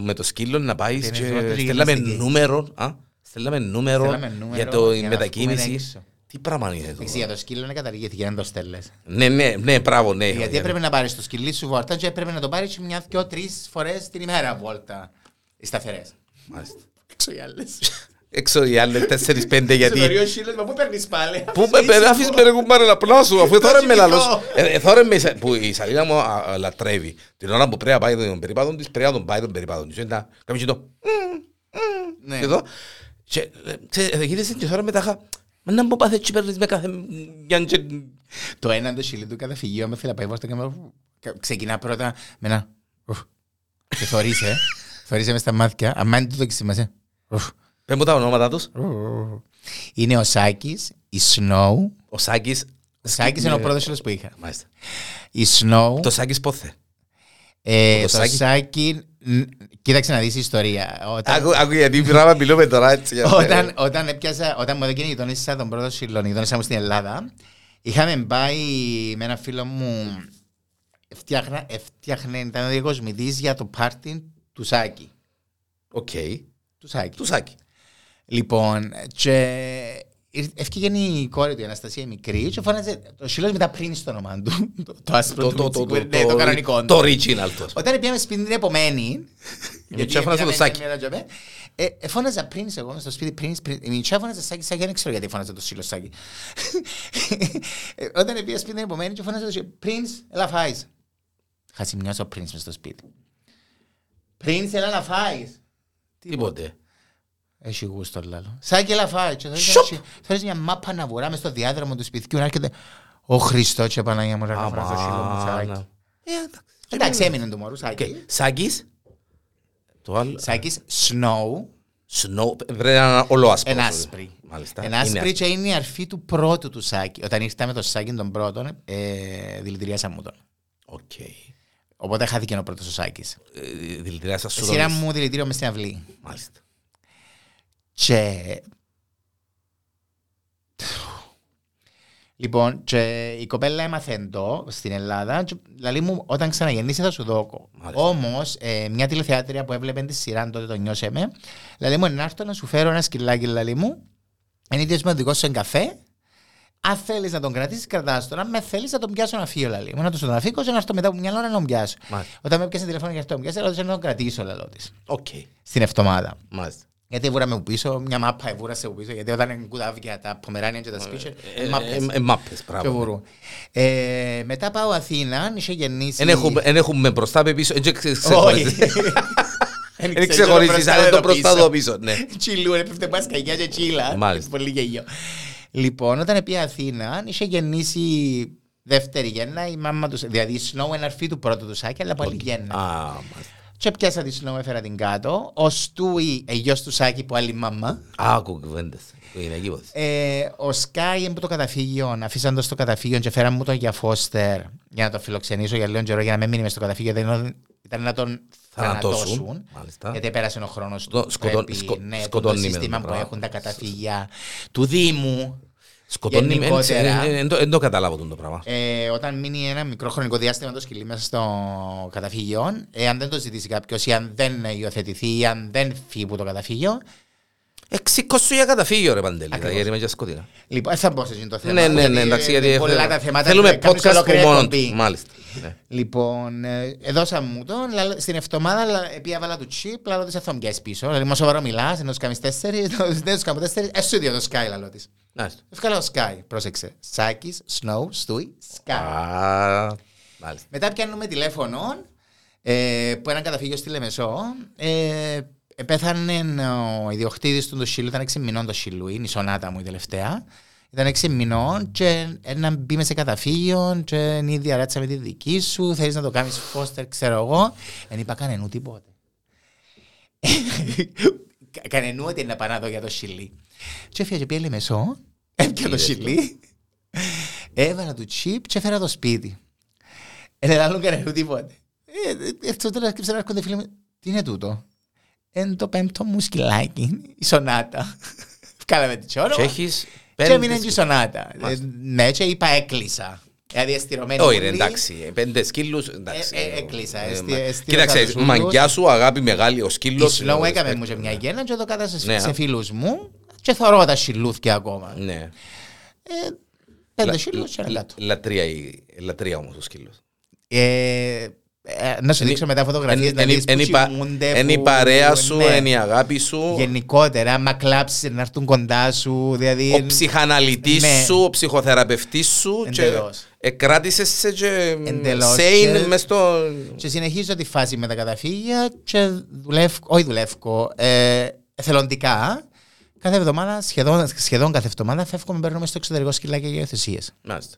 S1: με το σκύλο να πάει
S2: Δεν
S1: και
S2: είναι θέμα του
S1: στέλναμε
S2: γυμναστικής.
S1: νούμερο, α? Στέλναμε νούμερο
S2: Στέλναμε νούμερο
S1: για το
S2: για να βγούμε
S1: μετακίνηση.
S2: έξω.
S1: Τι πράγμα είναι
S2: Εντάξει,
S1: εδώ.
S2: για το σκύλο να καταργήθηκε, να το στέλνες.
S1: Ναι, ναι, ναι, μπράβο, ναι.
S2: Γιατί έπρεπε να πάρεις το σκυλί σου βόλτα και έπρεπε να το πάρεις μια, δυο, τρεις φορές την ημέρα βόλτα. Οι σταθερές.
S1: Μάλιστα.
S2: Έξω οι άλλες.
S1: Έξω οι άλλες 4-5
S2: Γιατί.
S1: γιατί.
S2: ο σύλλογο, μα πού παίρνεις πάλι.
S1: Πού με παιδί, αφήσεις με ρε κουμπάρε να πλάσω, αφού τώρα με
S2: κοιμηθώ.
S1: λαλός. Ε, ε, Τώρα με, σα- που η σαλίνα μου α, α, λατρεύει. Την ώρα που πρέπει να πάει τον περίπατο της, πρέπει να τον πάει τον περίπατο της. Ήταν, Κάμε και το.
S2: Ναι.
S1: Και εδώ. Και, ε, ξέρεις, ε, γύρισε και τώρα μετά. Μα να μου πάθε έτσι παίρνεις με κάθε... μιαν και-
S2: Το έναν το σύλλογο του καταφυγίου με θέλει να πάει βόλτα και με- κα- ξεκινά πρώτα με ένα. ουφ. Και
S1: *laughs*
S2: θωρείσαι. Θωρείσαι με στα μάτια. Αμάν του το κοιμάσαι.
S1: Πες μου τα ονόματα τους.
S2: Είναι ο Σάκης, η Σνόου.
S1: Ο Σάκης.
S2: Ο Σάκης είναι ο πρώτο σύλλογο που είχα.
S1: Μάλιστα.
S2: Η Σνόου.
S1: Το Σάκης πότε.
S2: ε,
S1: το
S2: Το
S1: Σάκη.
S2: Σάκη. ν- Κοίταξε να δεις ιστορία. Όταν-
S1: Άκου άκου γιατί πράγμα μιλούμε τώρα έτσι. για-
S2: όταν, όταν, έπιασα, όταν μου έδωκε η γειτονίσσα τον πρώτο σύλλον, η γειτονίσσα μου στην Ελλάδα, είχαμε πάει με ένα φίλο μου, φτιάχνα, φτιάχνε, ήταν ο διακοσμητής για το πάρτι του Σάκη.
S1: Οκ.
S2: Του Σάκη.
S1: Του Σάκη.
S2: Λοιπόν, και ήρ- έφυγε η κόρη του, η Αναστασία η μικρή, και φώναζε το σύλλος με τα πριν στο όνομα του, το, το άσπρο
S1: Το-
S2: του
S1: το- το-
S2: Μιτσικού,
S1: το-
S2: ναι, το κανονικό.
S1: Το original τους.
S2: Όταν πήγαμε σπίτι την επομένη.
S1: Μητσιά φώναζε το Σάκη.
S2: Ε, ε, φώναζα πριν εγώ στο σπίτι πριν. πριν η Μητσιά φώναζε Σάκη, Σάκη, δεν ξέρω γιατί φώναζε το σύλλο Σάκη. Ε, Όταν πήγα σπίτι την επομένη και φώναζε το σύλλο. Πριν, έλα φάεις. Είχα σημειώσει ο πριν μες στο σπίτι. Πριν, έλα να φάεις.
S1: Τίποτε.
S2: Έχει γούστο λάλο. Σάκη, έλα φάεις. Και θέλεις-
S1: Σοπ.
S2: Θέλεις μια μάπα να βουράμε στο διάδρομο του σπιτιού να έρχεται. Ο Χριστός και Παναγία μου να φωνάζω το σύλλο μου Σάκη.
S1: Αμάνα. Ε, εντάξει.
S2: Εντάξει, έμεινε το μωρού Σάκη.
S1: Οκ. Σάκης. Το άλλο.
S2: Σάκης Snow,
S1: Snow. Βρε ένα όλο άσπρο.
S2: ένα άσπρη.
S1: Μάλιστα.
S2: Ένα
S1: Είναι
S2: άσπρη και είναι η αρφή του πρώτου του Σάκη. Όταν ήρθαμε το Σάκη τον πρώτον, ε, δηλητηρίασα μου τον.
S1: Οκ.
S2: Οπότε χάθηκε ο πρώτος ο Σάκης.
S1: Ε, Δηλητηρία σα σου
S2: Σειρά μου δηλητήριο μες στην αυλή.
S1: Μάλιστα.
S2: Και... Λοιπόν, και η κοπέλα έμαθε το στην Ελλάδα. και Λαλή μου, όταν ξαναγεννήσει θα σου δώκω.
S1: Μάλιστα.
S2: Όμως, ε, μια τηλεθεάτρια που έβλεπε τη σειρά τότε το νιώσε με, λαλή μου, να έρθω να σου φέρω ένα σκυλάκι, λαλή μου. Είναι ίδιος με το δικό σου εν καφέ. Αν θέλεις να τον κρατήσεις, κρατάς τον. Αν με θέλεις, να τον πιάσω να φύγω, λαλή μου. Να τον σοδαφίκω, να έρθω μετά από μια ώρα να τον πιάσω.
S1: Μάλιστα.
S2: Όταν με πιάσει τηλεφώνο και αυτό, μου πιάσει, ρώτησε να τον κρατήσω, λαλό της.
S1: Οκ.
S2: Στην εβδομάδα.
S1: Μάλιστα.
S2: Γιατί εβούραμε από πίσω, μια μάπα εβούρασε από πίσω, γιατί όταν είναι κουτάβια τα πομεράνια και τα σπίτσια,
S1: Ε,
S2: μάπες
S1: ε, ε, Μάπες,
S2: και
S1: μπράβο.
S2: βουρού. Ε, Μετά πάω Αθήνα, είχε γεννήσει...
S1: Εν έχουμε- εν έχουμε μπροστά πε πίσω, δεν
S2: Όχι.
S1: ξεχωρίζει.
S2: *laughs* Εν
S1: Δεν
S2: ξέρω
S1: ξεχωρίζεις,
S2: μπροστά
S1: αλλά
S2: εδώ
S1: το μπροστά
S2: *laughs*
S1: το πίσω. Ναι.
S2: Τσιλού, έπεφτε μπασκαγιά και τσίλα.
S1: Μάλιστα.
S2: Πολύ γελίο. Λοιπόν, όταν πήγε Αθήνα, είχε γεννήσει δεύτερη γέννα η μάμα τους. Δηλαδή, η Snow είναι αρφή του πρώτου τους Σάκη, αλλά πάλι γέννα.
S1: Α, μάλιστα.
S2: Και πιάσα τη Snow, έφερα την κάτω. Ο Στούι, γιος του Σάκη, που άλλη μαμά.
S1: Άκου κουβέντες. Είναι εκεί πόδες.
S2: Ε, ο Σκάι είναι που το καταφύγιο, αφήσαν το στο καταφύγιο και φέραν μου τον για Φώστερ για να το φιλοξενήσω για λίγο καιρό για να μην μείνει μες στο καταφύγιο. Δεν ήταν να τον θανατώσουν.
S1: Θανατώσουν. Μάλιστα.
S2: Γιατί πέρασε ο χρόνος
S1: Το
S2: του.
S1: σκοτών-
S2: Πρέπει,
S1: σκο-
S2: ναι, το, το
S1: σκοτώνει με το
S2: σύστημα που
S1: πράγμα.
S2: έχουν τα καταφύγια του Δήμου.
S1: Σκοτώνει με.
S2: γενικότερα-
S1: Δεν το καταλάβω τον το πράγμα.
S2: Ε, όταν μείνει ένα μικρό χρονικό διάστημα το σκυλί μέσα στο καταφύγιο, ε, αν δεν το ζητήσει κάποιος ή αν δεν υιοθετηθεί ή αν δεν φύγει από το καταφύγιο,
S1: Εξήκωσου για καταφύγιο ρε Παντελή, τα
S2: Ακριβώς.
S1: γέρημα για σκοτεινά.
S2: Λοιπόν, θα μπω σε γίνει το θέμα.
S1: Ναι, ναι,
S2: γιατί,
S1: ναι,
S2: ε,
S1: εντάξει, γιατί
S2: είναι πολλά
S1: έχουμε-
S2: τα θέματα.
S1: θέλουμε
S2: που κάνουμε σε
S1: podcast που
S2: ολόκληρη
S1: μόνο
S2: εκπομπή.
S1: του. Μάλιστα. ναι.
S2: Λοιπόν, ε, έδωσα μου τον, λαλ- στην εβδομάδα πήγα βάλα του τσίπ, λαλό της θα πιάσεις πίσω. Δηλαδή, μα σοβαρό μιλάς, ενώ σκάμεις τέσσερις, *laughs* δεν τους κάνω τέσσερις, εσύ δύο το σκάι λαλό της.
S1: Μάλιστα.
S2: Ευκάλα το σκάι, πρόσεξε. Σάκης, Σνόου, Στούι, Σκάι.
S1: Α, Μάλιστα.
S2: Μετά πιάνουμε τηλέφωνο ε, που έναν καταφύγιο στη Λεμεσό. Ε, ε, πέθανε ο ιδιοκτήτης του το Σιλού, ήταν 6 μηνών το Σιλού, είναι η σονάτα μου η τελευταία. Ήταν 6 μηνών και να μπει με σε καταφύγιο και είναι η διαράτσα με τη δική σου, θέλεις να το κάνεις φώστερ, ξέρω εγώ. Δεν είπα κανενού τίποτε. *laughs* Κα- κανενού ότι είναι να πάω να δω για το Σιλί. Και έφυγα και πήγε Λεμεσό, έπιανε το
S1: Είδες το.
S2: Σιλί, έβαλα το τσίπ και έφερα το σπίτι. Εν άλλο κανένα τίποτε. Ε, Αυτό τώρα σκέψα να έρχονται φίλοι μου. Τι είναι τούτο. Εν το πέμπτο μου σκυλάκι, η σονάτα. Κάλαμε την τσόρο.
S1: Και έχεις
S2: Και έμεινε και η
S1: σκύλους.
S2: σονάτα.
S1: Μάλιστα.
S2: Ε, Ναι, και είπα έκλεισα. Δηλαδή αισθηρωμένη.
S1: Όχι
S2: πολύ.
S1: ρε, εντάξει, ε, πέντε σκύλους, εντάξει.
S2: Ε, ε, έκλεισα,
S1: Ε,
S2: εστι-
S1: μα-
S2: εστίασα τους
S1: Κοίταξε,
S2: ούλους.
S1: μαγκιά σου, αγάπη μεγάλη, ο
S2: Η
S1: σκύλος.
S2: Σλόου
S1: ε,
S2: έκαμε
S1: respect.
S2: μου σε μια γέννα και το κάτασα
S1: Ναι.
S2: σε φίλους μου και θωρώ τα σιλούθια ακόμα.
S1: Ναι.
S2: Ε, Πέντε
S1: Λα-
S2: σιλούς και ένα
S1: λα-
S2: κάτω.
S1: Λατρεία, η- λατρεία όμως ο σκύλος.
S2: Ε, ε, Να σου
S1: Εν-
S2: δείξω μετά φωτογραφίες να δεις που κοιμούνται,
S1: Είναι η
S2: που-
S1: παρέα σου,
S2: ναι.
S1: είναι η αγάπη σου.
S2: γενικότερα, άμα κλάψεις να έρθουν κοντά σου. Δηλαδή,
S1: Ο ψυχαναλυτής
S2: Ναι.
S1: σου, ο ψυχοθεραπευτής σου.
S2: Εντελώς.
S1: Κράτησες σε και
S2: Εντελώς.
S1: sane
S2: Και-
S1: μες στο.
S2: Και συνεχίζω τη φάση με τα καταφύγια και δουλεύω, όχι δουλεύω, ε, εθελοντικά. Κάθε εβδομάδα, σχεδόν, σχεδόν κάθε εβδομάδα, φεύγουμε, παίρνουμε στο εξωτερικό σκυλάκια για Ε, υιοθεσίε.
S1: Μάλιστα.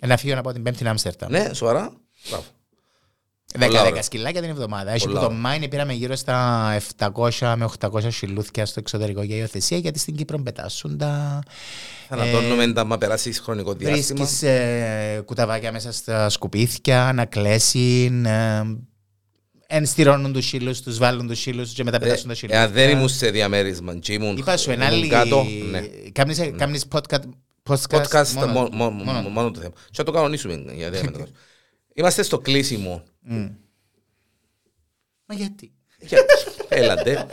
S2: Ένα φύγιο από την Πέμπτη Άμστερνταμ.
S1: Ναι, σοβαρά. Μπράβο. πολλά
S2: 10-10
S1: ωραία.
S2: σκυλάκια την εβδομάδα. Έχει που
S1: Πολλά
S2: το
S1: ωραία.
S2: Μάιν πήραμε γύρω στα 700 με 800 σιλούθια στο εξωτερικό για υιοθεσία, γιατί στην Κύπρο μπετάσουν τα.
S1: Θα
S2: Ε,
S1: ανατώνουμε τα μα περάσει χρονικό διάστημα.
S2: Βρίσκεις ε, κουταβάκια μέσα στα σκουπίθια, να κλέσουν. Ε, ενστηρώνουν του σύλλου, τους βάλουν τους σύλλου και μετά
S1: Ε,
S2: πετάσουν τα σύλλου.
S1: Εάν δεν ήμουν σε διαμέρισμα, και ήμουν
S2: Είπα σου ένα
S1: ήμουν
S2: άλλη.
S1: κάτω. ναι.
S2: Κάμνεις- κάμνεις podcast.
S1: Podcast
S2: μόνο-
S1: μό- μό- μό-
S2: μόνο.
S1: μόνο το θέμα. Θα το κανονίσουμε. γιατί δεν
S2: *laughs*
S1: μεταδώσω. Είμαστε στο κλείσιμο.
S2: Μα γιατί.
S1: Για- Έλατε.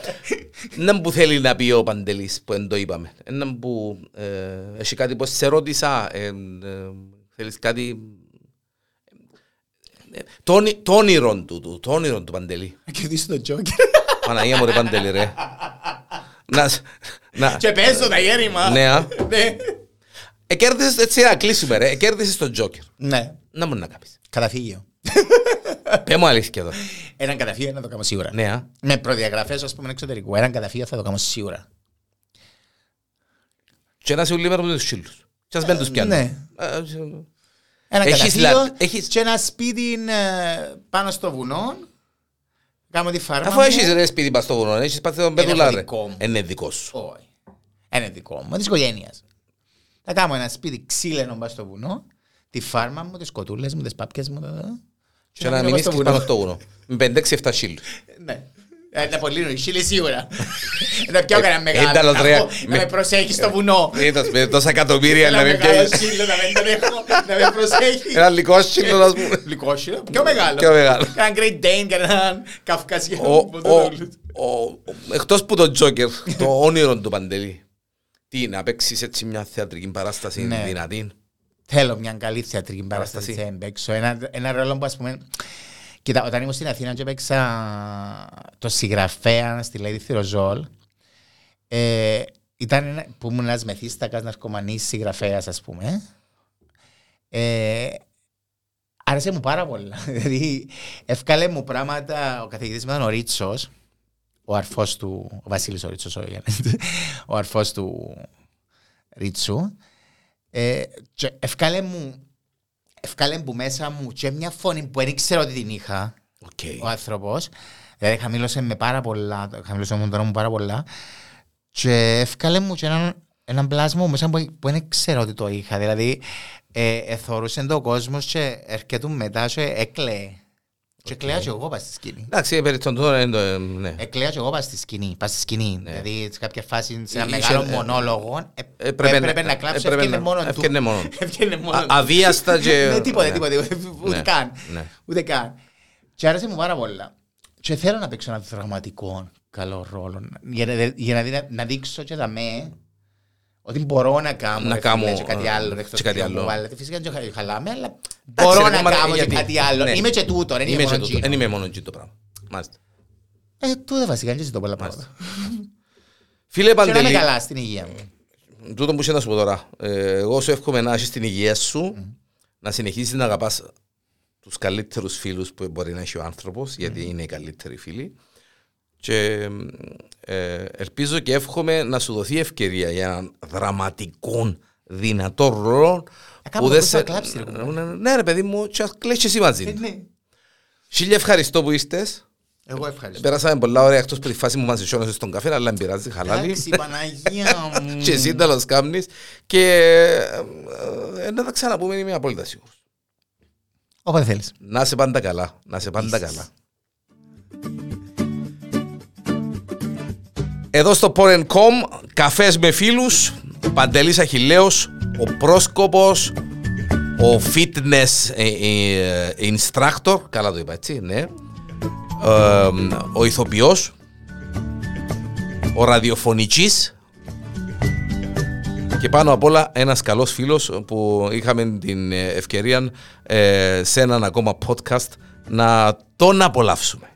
S1: Να που θέλει να πει ο Παντελής που δεν το είπαμε. Να που ε, έχει κάτι που σε ρώτησα. ε, ε, θέλεις κάτι... Ε, το όνει- Το όνειρο του, του, το όνειρο του Παντελή.
S2: Να κερδίσω τον Τζόκερ.
S1: *laughs* Παναγία μου ρε Παντελή ρε. Να... σ- να
S2: Και παίζω τα γέρημα.
S1: ναι, α.
S2: Ναι.
S1: Ε, κέρδισες- έτσι να κλείσουμε ρε. Ε, Κέρδισες τον Τζόκερ.
S2: Ναι.
S1: Να μου να κάνεις.
S2: Καταφύγιο.
S1: Πέ μου αλήθεια εδώ.
S2: Έναν καταφύγιο να το κάνω σίγουρα.
S1: Ναι, α.
S2: Με προδιαγραφές, ας πούμε, εξωτερικού. Έναν καταφύγιο θα το κάνω σίγουρα.
S1: Και να σε ουλήμερα με τους σύλλους. Και ας μην τους πιάνουν.
S2: Ναι.
S1: Ε, ε,
S2: Ένα
S1: Έχεις
S2: καταφύγιο
S1: λα- έχεις-
S2: και ένα σπίτι ε, πάνω στο βουνό. Κάμω τη φάρμα
S1: Αφού
S2: μου.
S1: έχεις ρε σπίτι πας στο βουνό, έχεις πάθει τον
S2: Είναι
S1: πέτουλα ρε.
S2: δικό μου.
S1: Είναι δικό ναι, σου.
S2: Όχι. Ένα δικό μου, της οικογένειας. Θα κάνω ένα σπίτι ξύλινο μπα στο βουνό, τη φάρμα μου, ε. τις κοτούλες μου, τις πάπκες μου, τα- τα-
S1: και να μείνεις
S2: στο
S1: πάνω
S2: βουνό.
S1: από το ούνο. Με 5-6-7 χιλ.
S2: Ναι. Ε, Να πολύ νωρίς, είναι
S1: *laughs*
S2: σίγουρα. Να πιάω κανένα
S1: Ε,
S2: μεγάλο.
S1: ήταν
S2: να
S1: ωραία.
S2: πω, Να
S1: Με-
S2: με προσέχεις στο βουνό.
S1: Ε, Με τόσα εκατομμύρια
S2: Ένα
S1: Ε, να μην
S2: μεγάλο
S1: πιέσεις.
S2: σκύλο να με τον έχω, να με προσέχεις.
S1: *laughs* Ένα λικό σκύλο να πούμε.
S2: Γλυκό σκύλο, πιο μεγάλο.
S1: Πιο μεγάλο.
S2: Ένα Great Dane, κανέναν
S1: Ο-
S2: Καυκασιανό.
S1: ο- ο- Εκτός που το Τζόκερ, το όνειρο του Παντελή. Τι είναι, να παίξεις έτσι μια θεατρική παράσταση
S2: Ναι.
S1: δυνατή.
S2: Θέλω μια καλή θεατρική παράσταση
S1: Παράσταση.
S2: σε εμπέξω. Ένα, ένα ρόλο που ας πούμε... Κοίτα, όταν ήμουν στην Αθήνα και έπαιξα το συγγραφέα στη Lady Θηροζόλ, ε, ήταν ένα, που ήμουν ένας μεθύστακας ναρκωμανής συγγραφέας ας πούμε. Ε, άρεσε μου πάρα πολλά. *laughs* δηλαδή, ευκάλε μου πράγματα, ο καθηγητής μου ήταν ο Ρίτσος, ο αρφός του, ο Βασίλης ο Ρίτσος, ο, Γιάννης, *laughs* ο αρφός του Ρίτσου, ε, και ευκάλε μου ευκάλε που μέσα μου και μια φωνή που δεν ήξερα ότι την είχα ο
S1: Οκ.
S2: άνθρωπος. Δηλαδή χαμήλωσε με πάρα πολλά, χαμήλωσε μου τον μου πάρα πολλά. Και ευκάλε μου και έναν, έναν πλάσμα μέσα που, που δεν ξέρω ότι το είχα. Δηλαδή ε, εθωρούσε το κόσμο και έρχεται μετά και έκλαιε. Και έκλαια και εγώ πας στη σκηνή.
S1: Εντάξει, περί των τώρα είναι το... ε, ναι.
S2: Έκλαια και εγώ πας στη σκηνή. Πας στη σκηνή. Δηλαδή σε κάποια φάση, σε ένα
S1: Είχε-
S2: μεγάλο
S1: Ναι. ε,
S2: μονόλογο, ε,
S1: Ε,
S2: έπρεπε να κλάψεις,
S1: έπρεπε
S2: έφτιανε
S1: να- ε,
S2: μόνο του.
S1: έφτιανε μόνο.
S2: *laughs* Έφτιανε μόνο
S1: Α-
S2: του.
S1: Αβίαστα και...
S2: Ναι, τίποτε,
S1: ναι.
S2: τίποτε. Ούτε
S1: Ναι.
S2: καν.
S1: Ναι.
S2: Ούτε καν. Και άρεσε μου πάρα πολλά. Και θέλω να παίξω ένα δραματικό καλό ρόλο. Για, να- για να, δει- να δείξω και τα με ότι μπορώ να κάνω,
S1: Να
S2: ρε φίλε,
S1: κάμω,
S2: και κάτι
S1: ε,
S2: άλλο.
S1: και κάτι άλλο.
S2: Αλλά, φυσικά δεν το χα- χαλάμε, αλλά
S1: Εντάξει,
S2: μπορώ
S1: ρε,
S2: να
S1: κομμάτι,
S2: κάνω και
S1: γιατί.
S2: κάτι άλλο.
S1: Ναι.
S2: Είμαι και τούτο, δεν είμαι
S1: και
S2: μόνο
S1: τούτο.
S2: τζίνο.
S1: Δεν είμαι μόνο τζίνο το πράγμα. Μάλιστα.
S2: Ε, τούτο βασικά, δεν ζητώ πολλά πράγματα.
S1: Φίλε
S2: Και να είμαι
S1: Παντελή,
S2: καλά στην υγεία μου.
S1: τούτο που είσαι να σου πω τώρα. ε, Εγώ σου εύχομαι να έχεις την υγεία σου, να συνεχίσεις να αγαπάς τους καλύτερους φίλους που μπορεί να έχει ο άνθρωπος, γιατί είναι οι καλύτεροι φίλοι. Και ε, ελπίζω και εύχομαι να σου δοθεί ευκαιρία για έναν δραματικό, δυνατό ρόλο
S2: Ε, κάπου μπορείς να κλάψεις, ρε, κουμπάρε.
S1: Ναι ρε παιδί μου, και ας κλαίσεις εσύ μαζί
S2: Ε,
S1: του.
S2: ναι.
S1: Χίλια ευχαριστώ που είστε.
S2: Εγώ ευχαριστώ.
S1: Πέρασαμε πολλά ωραία εκτός που τη φάση μου μας ζησιώνεσαι στον καφέ, αλλά δεν πειράζει, χαλάλη.
S2: Εντάξει, Παναγία μου.
S1: *laughs* Και εσύ τέλος κάμνης. Και ε, ε, να τα ξαναπούμε, είμαι απόλυτα σίγουρος.
S2: Όποτε θέλεις.
S1: Να είσαι πάντα καλά, να είσαι πάντα
S2: Επίσης.
S1: καλά. Εδώ στο Porn.com, καφές με φίλους, Παντελής Αχιλέος, ο πρόσκοπος, ο fitness ε, ε, instructor, καλά το είπα έτσι, ναι, Ε, ο ηθοποιός, ο ραδιοφωνικής και πάνω απ' όλα ένας καλός φίλος που είχαμε την ε, ευκαιρία ε, σε έναν ακόμα podcast να τον απολαύσουμε.